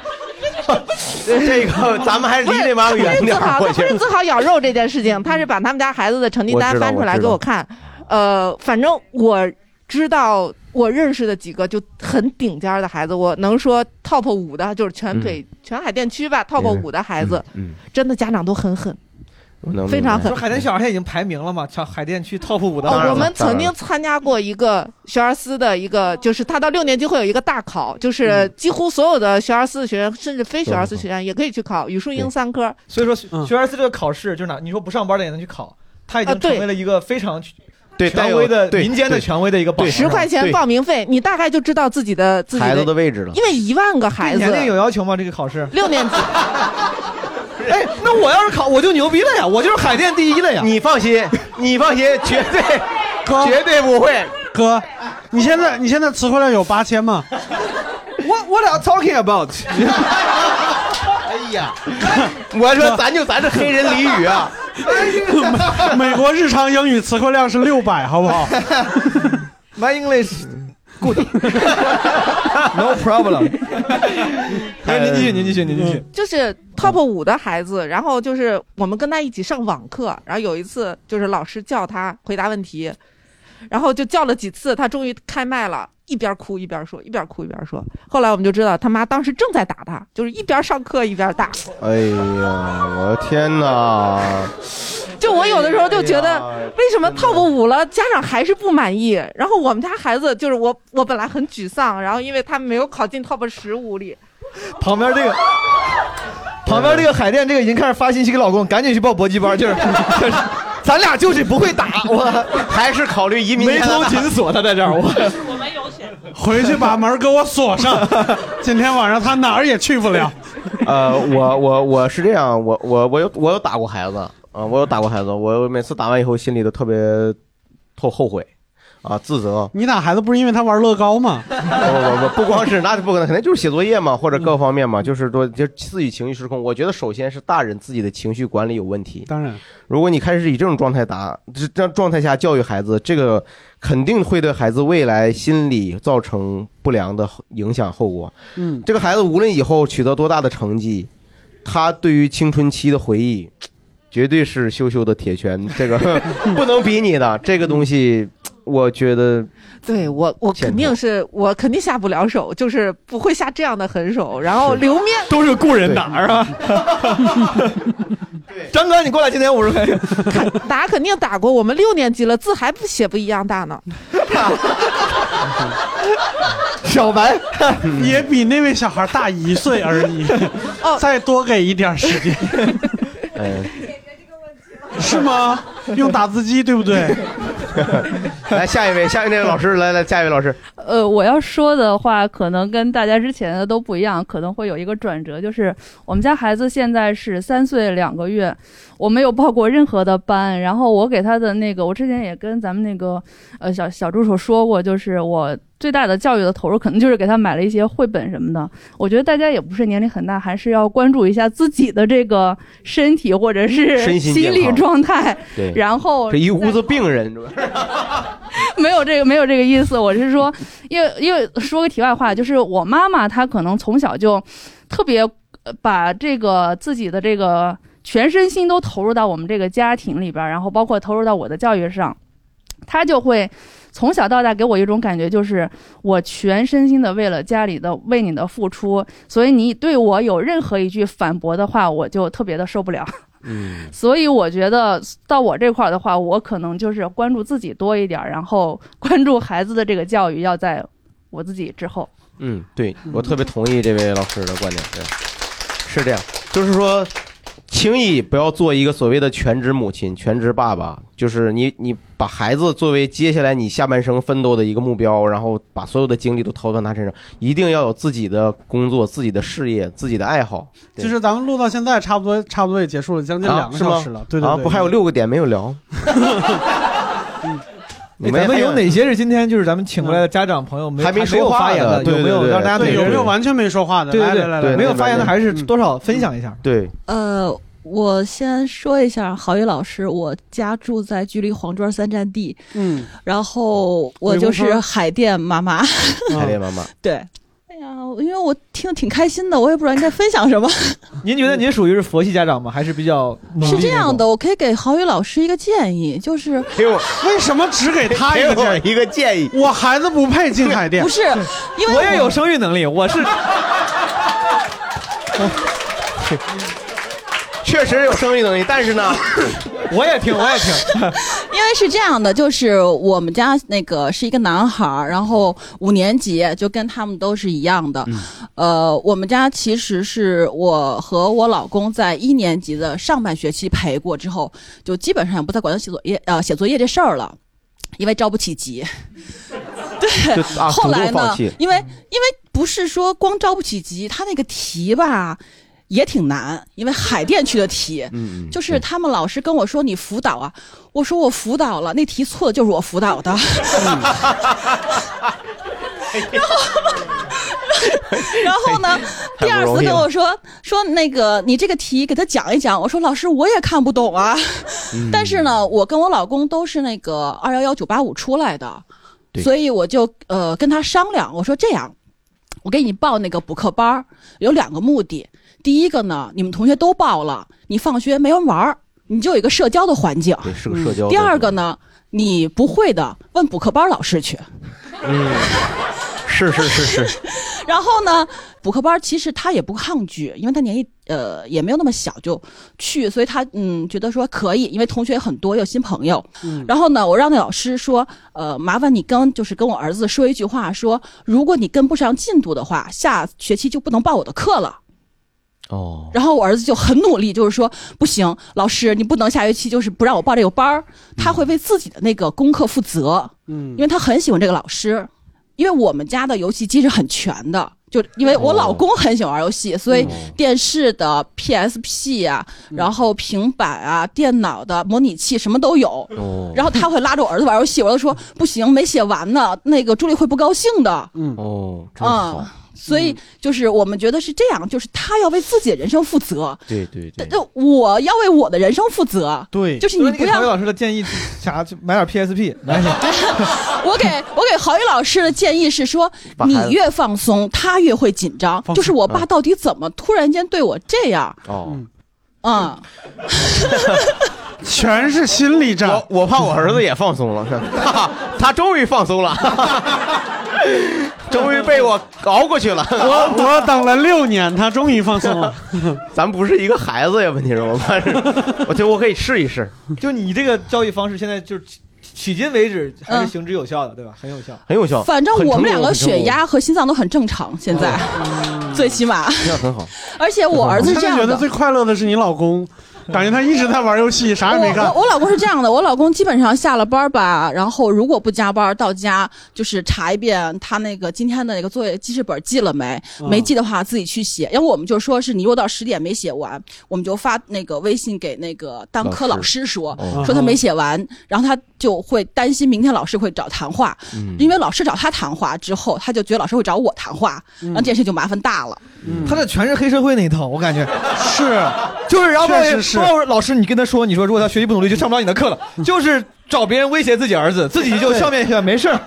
这个咱们还是离那妈妈远点儿她不是我自豪，她觉得不是自豪咬肉这件事情，她是把他们家孩子的成绩我单知道翻出来我知给道我看，呃，反正我知道。我认识的几个就很顶尖儿的孩子，我能说 top 五的，就是全北、全海淀区吧，top 五的孩子， <laughs> 嗯，真的家长都很狠。我能非常明狠白说海淀小孩现在已经排名了嘛，像海淀区 top 五的。哦，我们曾经参加过一个学而思的一个，就是他到六年级会有一个大考，就是嗯几乎所有的学而思的学员，甚至非学而思学员也可以去考语数英三科。所以说嗯学学而思这个考试，就是哪你说不上班的也能去考，他已啊经对成为了一个非常对带权有威的对民间的对权威的一个榜。十块钱报名费，你大概就知道自己的自己孩子的位置了因为一万个孩对子，年龄有要求吗？这个考试？六年级，哎，那我要是考，我就牛逼了呀，我就是海淀第一了呀。你放心，你放心，绝对，哥绝对不会。哥，你现在你现在词汇量有八千吗？ What What are talking <laughs> about？哎呀，我说咱就咱这黑人俚语啊， <laughs> 美国日常英语词汇量是六百，好不好？ My English good. No problem. 哎，您继续，您继续，您继续。就是 top 五的孩子，然后就是我们跟他一起上网课，然后有一次就是老师叫他回答问题，然后就叫了几次，他终于开麦了，一边哭一边说，一边哭一边说。后来我们就知道他妈当时正在打他，就是一边上课一边打。哎呀，我的天哪！就我有的时候就觉得，哎为什么 top 五了，家长还是不满意？然后我们家孩子就是我，我本来很沮丧，然后因为他没有考进 top 十五里，旁边这个，旁边这个海淀这个已经开始发信息给老公，赶紧去报搏击班，就是， <laughs> 就是咱俩就是不会打，我还是考虑移民眉加拿大头紧锁，他在这儿，我 <laughs> 回去把门给我锁 <laughs> 上，今天晚上他哪儿也去不了。呃，我我我是这样，我我我有我有打过孩子啊、我有打过孩子，我每次打完以后心里都特别特后悔啊、自责。你打孩子不是因为他玩乐高吗？ <laughs> 不不不，不光是那不可能，肯定就是写作业嘛，或者各方面嘛，就是说就自己情绪失控。我觉得首先是大人自己的情绪管理有问题。当然，如果你开始以这种状态打，这这样状态下教育孩子，这个肯定会对孩子未来心理造成不良的影响后果。嗯，这个孩子无论以后取得多大的成绩，他对于青春期的回忆， <laughs> 绝对是羞羞的铁拳，这个不能比拟的。这个东西，我觉得对我，我肯定是我肯定下不了手，就是不会下这样的狠手。然后刘面都是故人哪儿啊？张哥，你过来，今天五十块钱。打肯定打过，我们六年级了，字还不写不一样大呢。小白 <laughs> 也比那位小孩大一岁而已，哦 <laughs> 再多给一点时间， <laughs> 哎，是吗？用打字机对不对？来下一位，下一位老师，来来，下一位老师，呃，我要说的话，可能跟大家之前的都不一样，可能会有一个转折，就是我们家孩子现在是三岁两个月，我没有报过任何的班，然后我给他的那个，我之前也跟咱们那个呃小小助手说过，就是我最大的教育的投入，可能就是给他买了一些绘本什么的。我觉得大家也不是年龄很大，还是要关注一下自己的这个身体或者是身心健心理康状态，对，然后这一屋子 <laughs> 病人，是吧？没有这个，没有这个意思。我是说，因为因为说个题外话，就是我妈妈她可能从小就特别呃把这个自己的这个全身心都投入到我们这个家庭里边儿，然后包括投入到我的教育上，她就会。从小到大给我一种感觉，就是我全身心的为了家里的为你的付出，所以你对我有任何一句反驳的话，我就特别的受不了。嗯，所以我觉得到我这块儿的话，我可能就是关注自己多一点儿，然后关注孩子的这个教育要在我自己之后。嗯，对我特别同意这位老师的观点，对，是这样，就是说，轻易不要做一个所谓的全职母亲、全职爸爸，就是你你把孩子作为接下来你下半生奋斗的一个目标，然后把所有的精力都投到他身上，一定要有自己的工作、自己的事业、自己的爱好。对就是咱们录到现在，差不多差不多也结束了，将近啊两个是小吗时了。对对啊，对，嗯不还有六个点没有聊？你们咱们还有有嗯哪些是今天就是咱们请过来的家长朋友没还没没说有话发言的对有没有对对让大家对有人对就完全没说话的对来对来来对，来没有来发言的来还是多少分享一下。嗯对，呃，我先说一下郝宇老师，我家住在距离黄庄三站地，嗯，然后我回就龙是村海淀妈妈， <laughs> 嗯海淀妈妈，对。哎呀，因为我听得挺开心的，我也不知道应该分享什么。您觉得您属于是佛系家长吗？还是比较努力是这那种样的，我可以给郝宇老师一个建议，就是给我为什么只给他 <laughs> 一个建议？一个建议，我孩子不配进海淀。不 <laughs> 是，因为我也有生育能力，我是确实有生育能力，但是呢，我也听，我也听。 <laughs> 因为是这样的，就是我们家那个是一个男孩儿，然后五年级就跟他们都是一样的。呃，我们家其实是我和我老公在一年级的上半学期陪过之后，就基本上也不再管他写作业呃写作业这事儿了，因为着不起急。对就，啊 <laughs> 后主动来呢放弃，因为因为不是说光着不起急，他那个题吧。也挺难，因为海淀区的题，嗯嗯就是他们老师跟我说你辅导啊，我说我辅导了，那题错的就是我辅导的，嗯 <laughs> 然后呢， <laughs> 太不第二容次易跟了我说说那个你这个题给他讲一讲，我说老师我也看不懂啊，嗯 <laughs> 但是呢，我跟我老公都是那个二幺幺九八五出来的，对所以我就呃跟他商量，我说这样，我给你报那个补课班儿有两个目的，第一个呢，你们同学都报了，你放学没人玩儿，你就有一个社交的环境，嗯对，是个社交的。第二个呢，你不会的问补课班老师去。 <laughs> 嗯，是是是是， <laughs> 然后呢，补课班其实他也不抗拒，因为他年纪呃也没有那么小就去，所以他嗯觉得说可以，因为同学很多，有新朋友。嗯然后呢，我让那老师说，呃，麻烦你跟就是跟我儿子说一句话，说呃如果你跟不上进度的话，下学期就不能报我的课了。哦，然后我儿子就很努力，就是说不行，老师你不能下学期就是不让我报这个班儿，他会为自己的那个功课负责，嗯，因为他很喜欢这个老师，因为我们家的游戏机是很全的。就因哦为我老公很喜欢玩游戏，所以电视的 PSP 啊，嗯然后平板啊、电脑的模拟器什么都有。哦然后他会拉着我儿子玩游戏，我儿子说不行，没写完呢，那个朱莉会不高兴的。嗯哦，真好嗯，，所以就是我们觉得是这样，就是他要为自己的人生负责， <laughs> 对对对但，就我要为我的人生负责。对就是你不要郝宇老师的建议，啥去买点 PSP <laughs> 来。 <laughs> 我给我给郝宇老师的建议是说把，你孩子嗯越放松，他越会紧张。就是我爸嗯到底怎么突然间对我这样？哦，嗯，全是心理战。我怕我儿子也放松了， <laughs> 哈哈他终于放松了， <laughs> 哈哈终于被我熬 <laughs> 过去了。我我等了六年，他终于放 <laughs> 松了。咱不是一个孩子呀，问题是我怕是，我觉得我可以试一试，就你这个交易方式，现在就是迄迄今为止还是行之有效的，对吧？嗯很有效，很有效。反正我们两个很成功血压和心脏都很正常，现在，<laughs> 哦最起码。 <laughs> 这样很好。而且哎我儿子是这嗯现样在觉的，得最快乐的是你老公，感觉他一直在玩游戏，啥也没干我我。我老公是这样的，我老公基本上下了班儿吧，然后如果不加班儿到家，就是查一遍他那个今天的那个作业记事本记了没，嗯没记的话自己去写。要不我们就说是你如果到十点没写完，我们就发那个微信给那个当科老师说老师哦说他没写完，然后他就会担心明天老师会找谈话，嗯因为老师找他谈话之后，他就觉得老师会找我谈话，嗯然后这件事就麻烦大了。他这全是黑社会那一套，我感觉是，就是然后确实是包括老师，你跟他说，你说如果他学习不努力，就上不了你的课了，就是找别人威胁自己儿子，自己就笑面去，没事儿，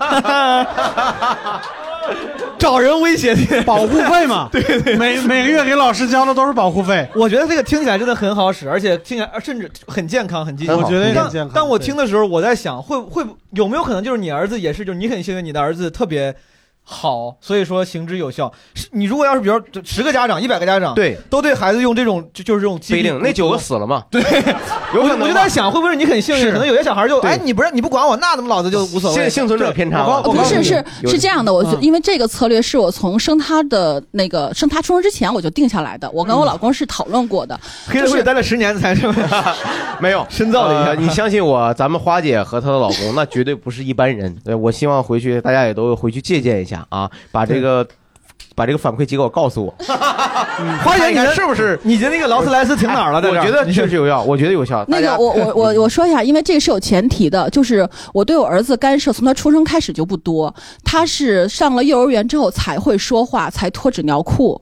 找人威胁去，保护费 <laughs> 嘛，对对，每每个月给老师交的都是保护费。我觉得这个听起来真的很好使，而且听起来甚至很健康，很积极。很好我觉得也但很健康但我听的时候，我在想，会会有没有可能就是你儿子也是，就是你很幸运，你的儿子特别好，所以说行之有效。是你如果要是比如说十个家长、一百个家长，对，都对孩子用这种就就是这种激不一励定，那九个死了嘛？ <laughs> 对，有可我能吧我就在想，会不会你很幸运？是可能有些小孩就对哎，你不让你不管我，那怎么老子就无所谓？幸幸存者偏差我告我哦不告诉是你是有是这样的，我觉嗯因为这个策略是我从生他的那个生他出生之前我就定下来的，我跟嗯我老公是讨论 <laughs> 过的，黑社就会是待了十年才是吧？没有深造了一下呃你相信我，咱们花姐和她的老公那绝对不是一般人。对，我希望回去大家也都回去借鉴一下啊，把这个把这个反馈结果告诉我。花姐，看一你看的是不是 <laughs> 你的那个劳斯莱斯停哪儿了？在我这儿觉得确实有效，我觉得有效。那大个家嗯我我我我说一下，因为这个是有前提的，就是我对我儿子干涉从他出生开始就不多，他是上了幼儿园之后才会说话，才脱纸尿裤。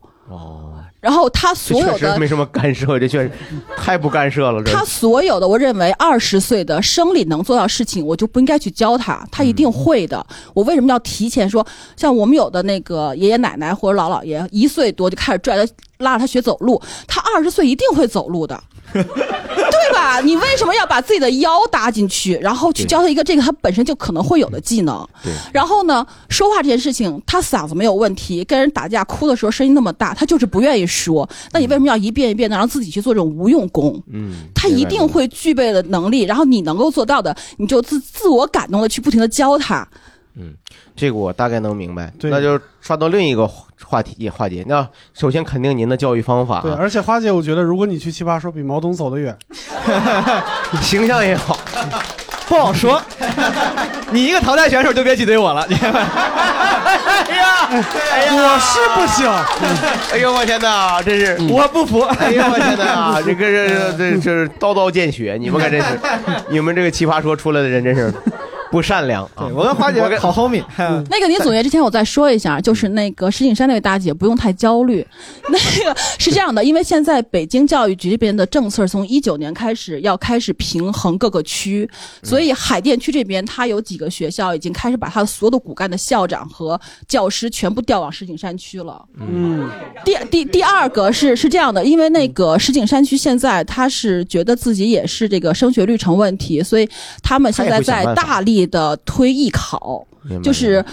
然后他哦这所有确的实没什么干涉，这确实太不干涉了。这他所有的，我认为二十岁的生理能做到事情，我就不应该去教他，他一定会的。我为什么要提前说？像我们有的那个爷爷奶奶或者姥姥爷，一岁多就开始拽他拉着他学走路，他二十岁一定会走路的。对吧？你为什么要把自己的腰搭进去，然后去教他一个这个他本身就可能会有的技能？对然后呢，说话这件事情，他嗓子没有问题，跟人打架哭的时候声音那么大，他就是不愿意说。那你为什么要一遍一遍的让自己去做这种无用功？嗯，他一定会具备的能力，然后你能够做到的，你就自自我感动的去不停的教他。这个我大概能明白。那就刷到另一个话题话题。那首先肯定您的教育方法啊，对，而且花姐，我觉得如果你去奇葩说，比毛东走得 <laughs> 远，形象也好，不好说。你一个淘汰选手就别挤兑我了，你看哎呀，哎呀，我是不行。哎呦我天哪，真是嗯我不服。哎呦我天哪，这个这这这 <laughs> 是刀刀见血，你们可真是，你们这个奇葩说出来的人真是不善良啊！嗯我跟花姐好 homie，那个李总监之前我再说一下，就是那个石景山那位大姐不用太焦虑。 <laughs> 那个是这样的，因为现在北京教育局这边的政策从一九年开始要开始平衡各个区，所以海淀区这边它有几个学校已经开始把它所有的骨干的校长和教师全部调往石景山区了。嗯，第第第二个是是这样的，因为那个石景山区现在他是觉得自己也是这个升学率成问题，所以他们现在在大力的推艺考明白了，就是 <laughs>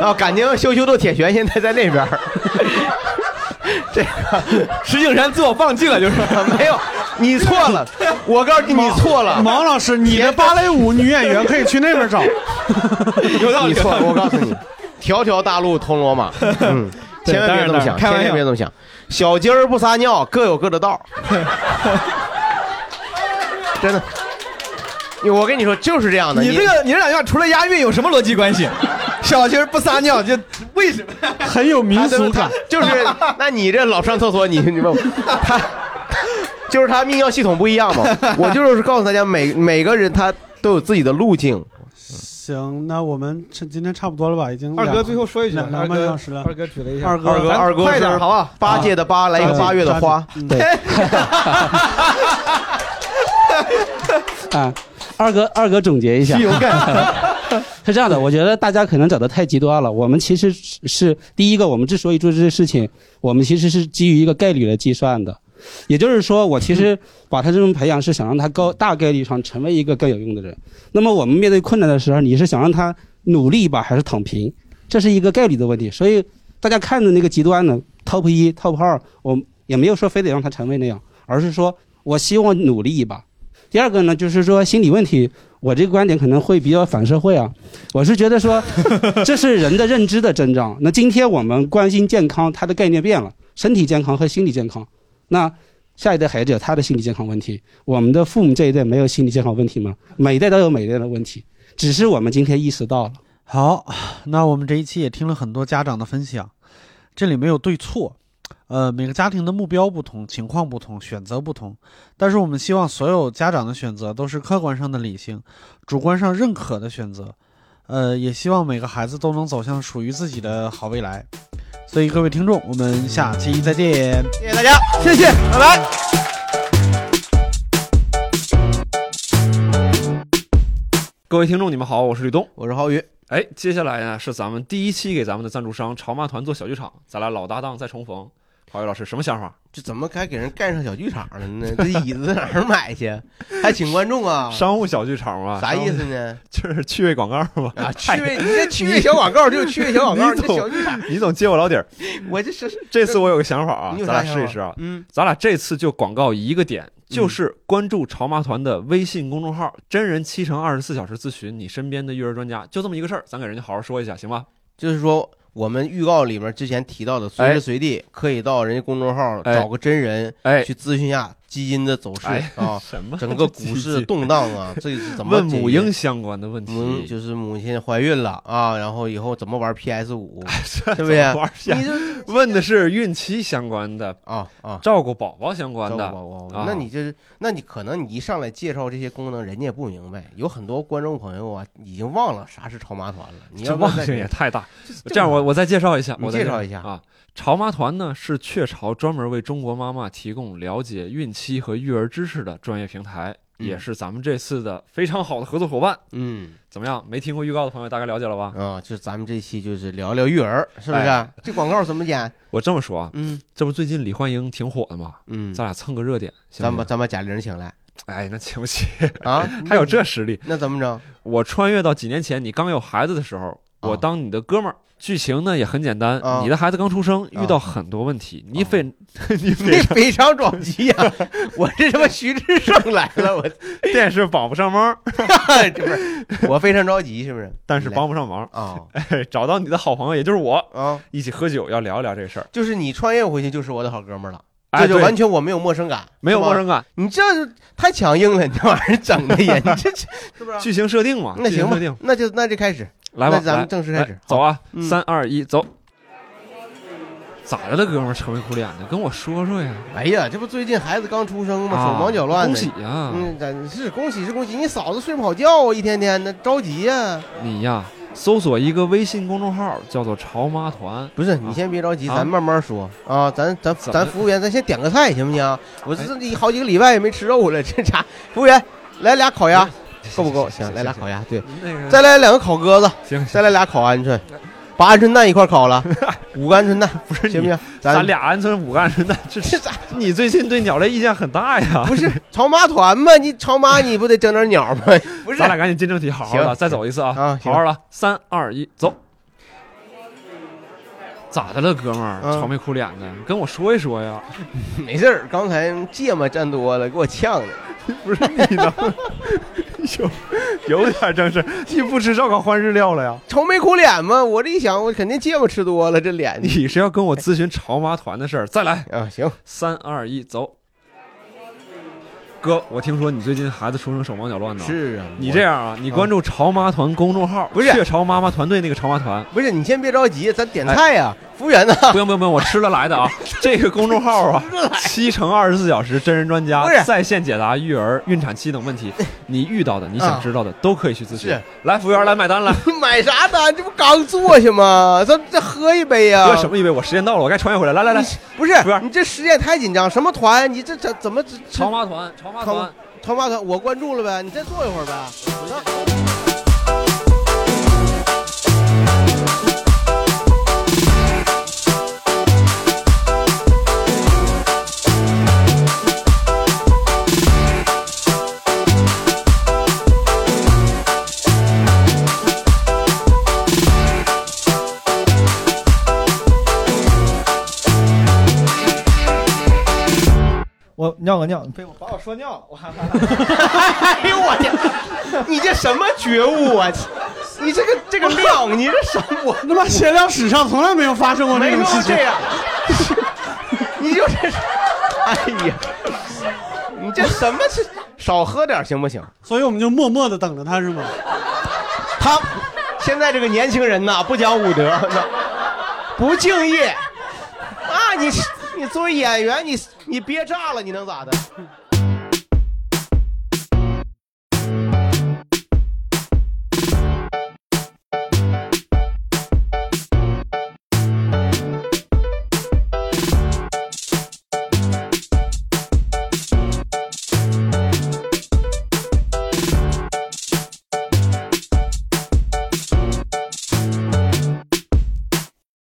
啊，感情羞羞的铁拳现在在那边儿， <laughs> 这个石景山自我放弃了，就是 <laughs> 没有，你错了，我告诉你，你错了，毛老师，你的芭蕾舞女演员可以去那 <laughs> 边找。有道理，你错了，我告诉你，条条大路通罗马，嗯，对千万别这么想，当然当然开玩千笑万别这么想，小鸡儿不撒尿，各有各的道儿，真的。我跟你说，就是这样的。你这个你这两句话除了押韵有什么逻辑关系？小鸡儿不撒尿，就为什么？啊很有民俗感，啊 <laughs> <laughs> 就是那你这老上厕所，你你问我他就是他泌尿系统不一样嘛。我就是告诉大家，每每个人他都有自己的路径。行，那我们这今天差不多了吧？已经二哥两最后说一句，啊两二两半哥小时了。二哥举了一下，二哥，咱二哥快点是好不好？八戒的八来一个啊八月的抓紧嗯花 <laughs> 对啊，二哥，二哥总结一下，是有感 <laughs> 是这样的，我觉得大家可能找的太极端了。我们其实是是第一个，我们之所以做这些事情，我们其实是基于一个概率来计算的。也就是说，我其嗯实把他这种培养是想让他高大概率上成为一个更有用的人。那么我们面对困难的时候，你是想让他努力一把还是躺平？这是一个概率的问题。所以大家看的那个极端呢，top 一、top 二，我也没有说非得让他成为那样，而是说我希望努力一把。第二个呢，就是说心理问题，我这个观点可能会比较反社会啊。我是觉得说，这是人的认知的增长。那今天我们关心健康，它的概念变了，身体健康和心理健康。那下一代孩子有他的心理健康问题，我们的父母这一代没有心理健康问题吗？每一代都有每一代的问题，只是我们今天意识到了。好， <sighs> 那我们这一期也听了很多家长的分享，这里没有对错，呃，每个家庭的目标不同，情况不同，选择不同，但是我们希望所有家长的选择都是客观上的理性，主观上认可的选择，呃，也希望每个孩子都能走向属于自己的好未来。所以各位听众，我们下期再见，谢谢大家，谢谢，拜拜。各位听众，你们好，我是吕东，我是郝宇。哎，接下来呢是咱们第一期给咱们的赞助商潮妈团做小剧场，咱俩老搭档再重逢。郝宇老师，什么想法？这怎么还给人盖上小剧场了呢？这椅子哪儿买去？还请观众啊！商务小剧场嘛，啥意思呢？ <laughs> 就是趣味广告嘛。 <laughs> 哎啊，趣味，你这趣味小广告就是趣味小广告，你这小剧场总，你总揭我老底儿。 <laughs> 我这是 <laughs> 这次我有个想法啊你，有啥咱俩想试一法试啊。嗯，咱俩这次就广告一个点，就是关注潮妈团的微信公众号“真人七乘二十四小时咨询”，你身边的育儿专家，就这么一个事儿，咱给人家好好说一下，行吧？就是说我们预告里面之前提到的，随时随地可以到人家公众号哎找个真人，哎，去咨询一下基金的走势哎 <laughs> 啊什么，整个 <laughs> 股市动荡啊，这是怎么问解决母婴相关的问题母就是母亲怀孕了啊，然后以后怎么玩 <laughs> PS 五，对对不对？你问的是孕期相关的啊啊，照顾宝宝相关的。照顾宝啊那你就是，那你可能你一上来介绍这些功能，人家也不明白。有很多观众朋友啊，已经忘了啥是超马团了。你这要不忘要再性也太大这。这样，我我再介绍一下，你我再介绍一下啊。潮妈团呢是雀巢专门为中国妈妈提供了解孕期和育儿知识的专业平台，嗯也是咱们这次的非常好的合作伙伴。嗯，怎么样？没听过预告的朋友大概了解了吧？哎啊，就是咱们这期就是聊聊育儿，是不是啊？这广告怎么演？我这么说啊，嗯，这不最近李焕英挺火的嘛，嗯，咱俩蹭个热点，行咱不把行咱把贾玲请来，哎，那请不起啊 <laughs> 还有这实力？那怎么整？我穿越到几年前，你刚有孩子的时候，我当你的哥们儿。剧情呢也很简单，啊你的孩子刚出生，遇到很多问题，你 <laughs> 非你那非非常撞击呀、我这他妈徐志胜来了，我电视帮不上忙， <laughs> 这不是我非常着急，是不是？但是帮不上忙啊。哎， <laughs> 找到你的好朋友，也就是我啊，一起喝酒要聊一聊这事儿。就是你穿越回去就是我的好哥们儿了，哎这就对完全我没有陌生感，没有是吗陌生感，你这太强硬了，你这玩意儿整的也， <laughs> 你这剧情设定嘛，啊那行剧情吧啊设定，那就那就开始，来吧，那咱来们正式开始来，走啊！嗯三二一，走。咋的了，哥们儿愁眉苦脸的，跟我说说呀。哎呀，这不最近孩子刚出生嘛，啊手忙脚乱的。恭喜啊呀嗯，咱是恭喜是恭喜，你嫂子睡不好觉啊，一天天的着急呀、你呀，搜索一个微信公众号，叫做“潮妈团”。不是，你先别着急，啊咱慢慢说啊。咱咱怎么哎咱服务员，咱先点个菜行不行啊？我这这好几个礼拜也没吃肉了，这家服务员来俩烤哎鸭，够不够？行，来俩烤鸭，对那个， <laughs> 再来两个烤鸽子，行，再来俩烤鹌鹑，把鹌鹑蛋一块儿 <laughs> 烤了，五个鹌鹑蛋，不是行不行？咱俩鹌鹑五个鹌鹑蛋， <laughs> 这这咋？你最近对鸟类意见很大呀？不是潮妈团嘛？你潮妈你不得整 <laughs> 点鸟吗？不是咱俩赶紧进正题，好好的，行再走一次啊！啊行好嗯好的，三二一，走。咋的了，哥们儿，嗯愁眉苦脸的，跟我说一说呀。 <laughs> 没事儿，刚才芥末蘸多了，给我呛的。 <laughs> 不是你呢？有有点正事，你不吃烧烤换日料了呀？愁眉苦脸嘛，我这一想，我肯定芥末吃多了，这脸。你是要跟我咨询潮妈团的事儿？再来啊，行，三二一，走。哥，我听说你最近孩子出生手忙脚乱的，是啊你我这样啊，你关注潮妈团公众号，不是雀巢妈妈团队那个潮妈团，不是，你先别着急，咱点菜啊呀、服务员呢？哎不用不用不用，我吃了来的 <laughs> 啊。这个公众号啊，七乘二十四小时真人专家不是哎在线解答育儿、孕产期等问题，你遇到的、你想知道的都可以去咨询嗯是。哎来，服务员来买单来。 <laughs> 买啥单？这不刚坐下吗？咱再喝一杯哎呀、哥什么以为我时间到了，我该穿越回来。来来来，不是，你这时间也太紧张，什么团？你这这怎么？潮妈团，潮妈团，潮妈团，我关注了呗，你再坐一会儿呗。我让 Thank 尿个尿，被 <laughs> 我把我说尿了，我害怕。哎呦我天，你这什么觉悟啊？ <laughs> 你这个这个量，你这什 <laughs> 么？我他妈闲聊史上从来没有发生过这没种说事情。 <laughs> 这样，你就这是，哎呀，你这什么是？少喝点行不行？所以我们就默默的等着他是吗？他现在这个年轻人呐，不讲武德，不敬业啊！你你作为演员，你你憋炸了，你能咋的？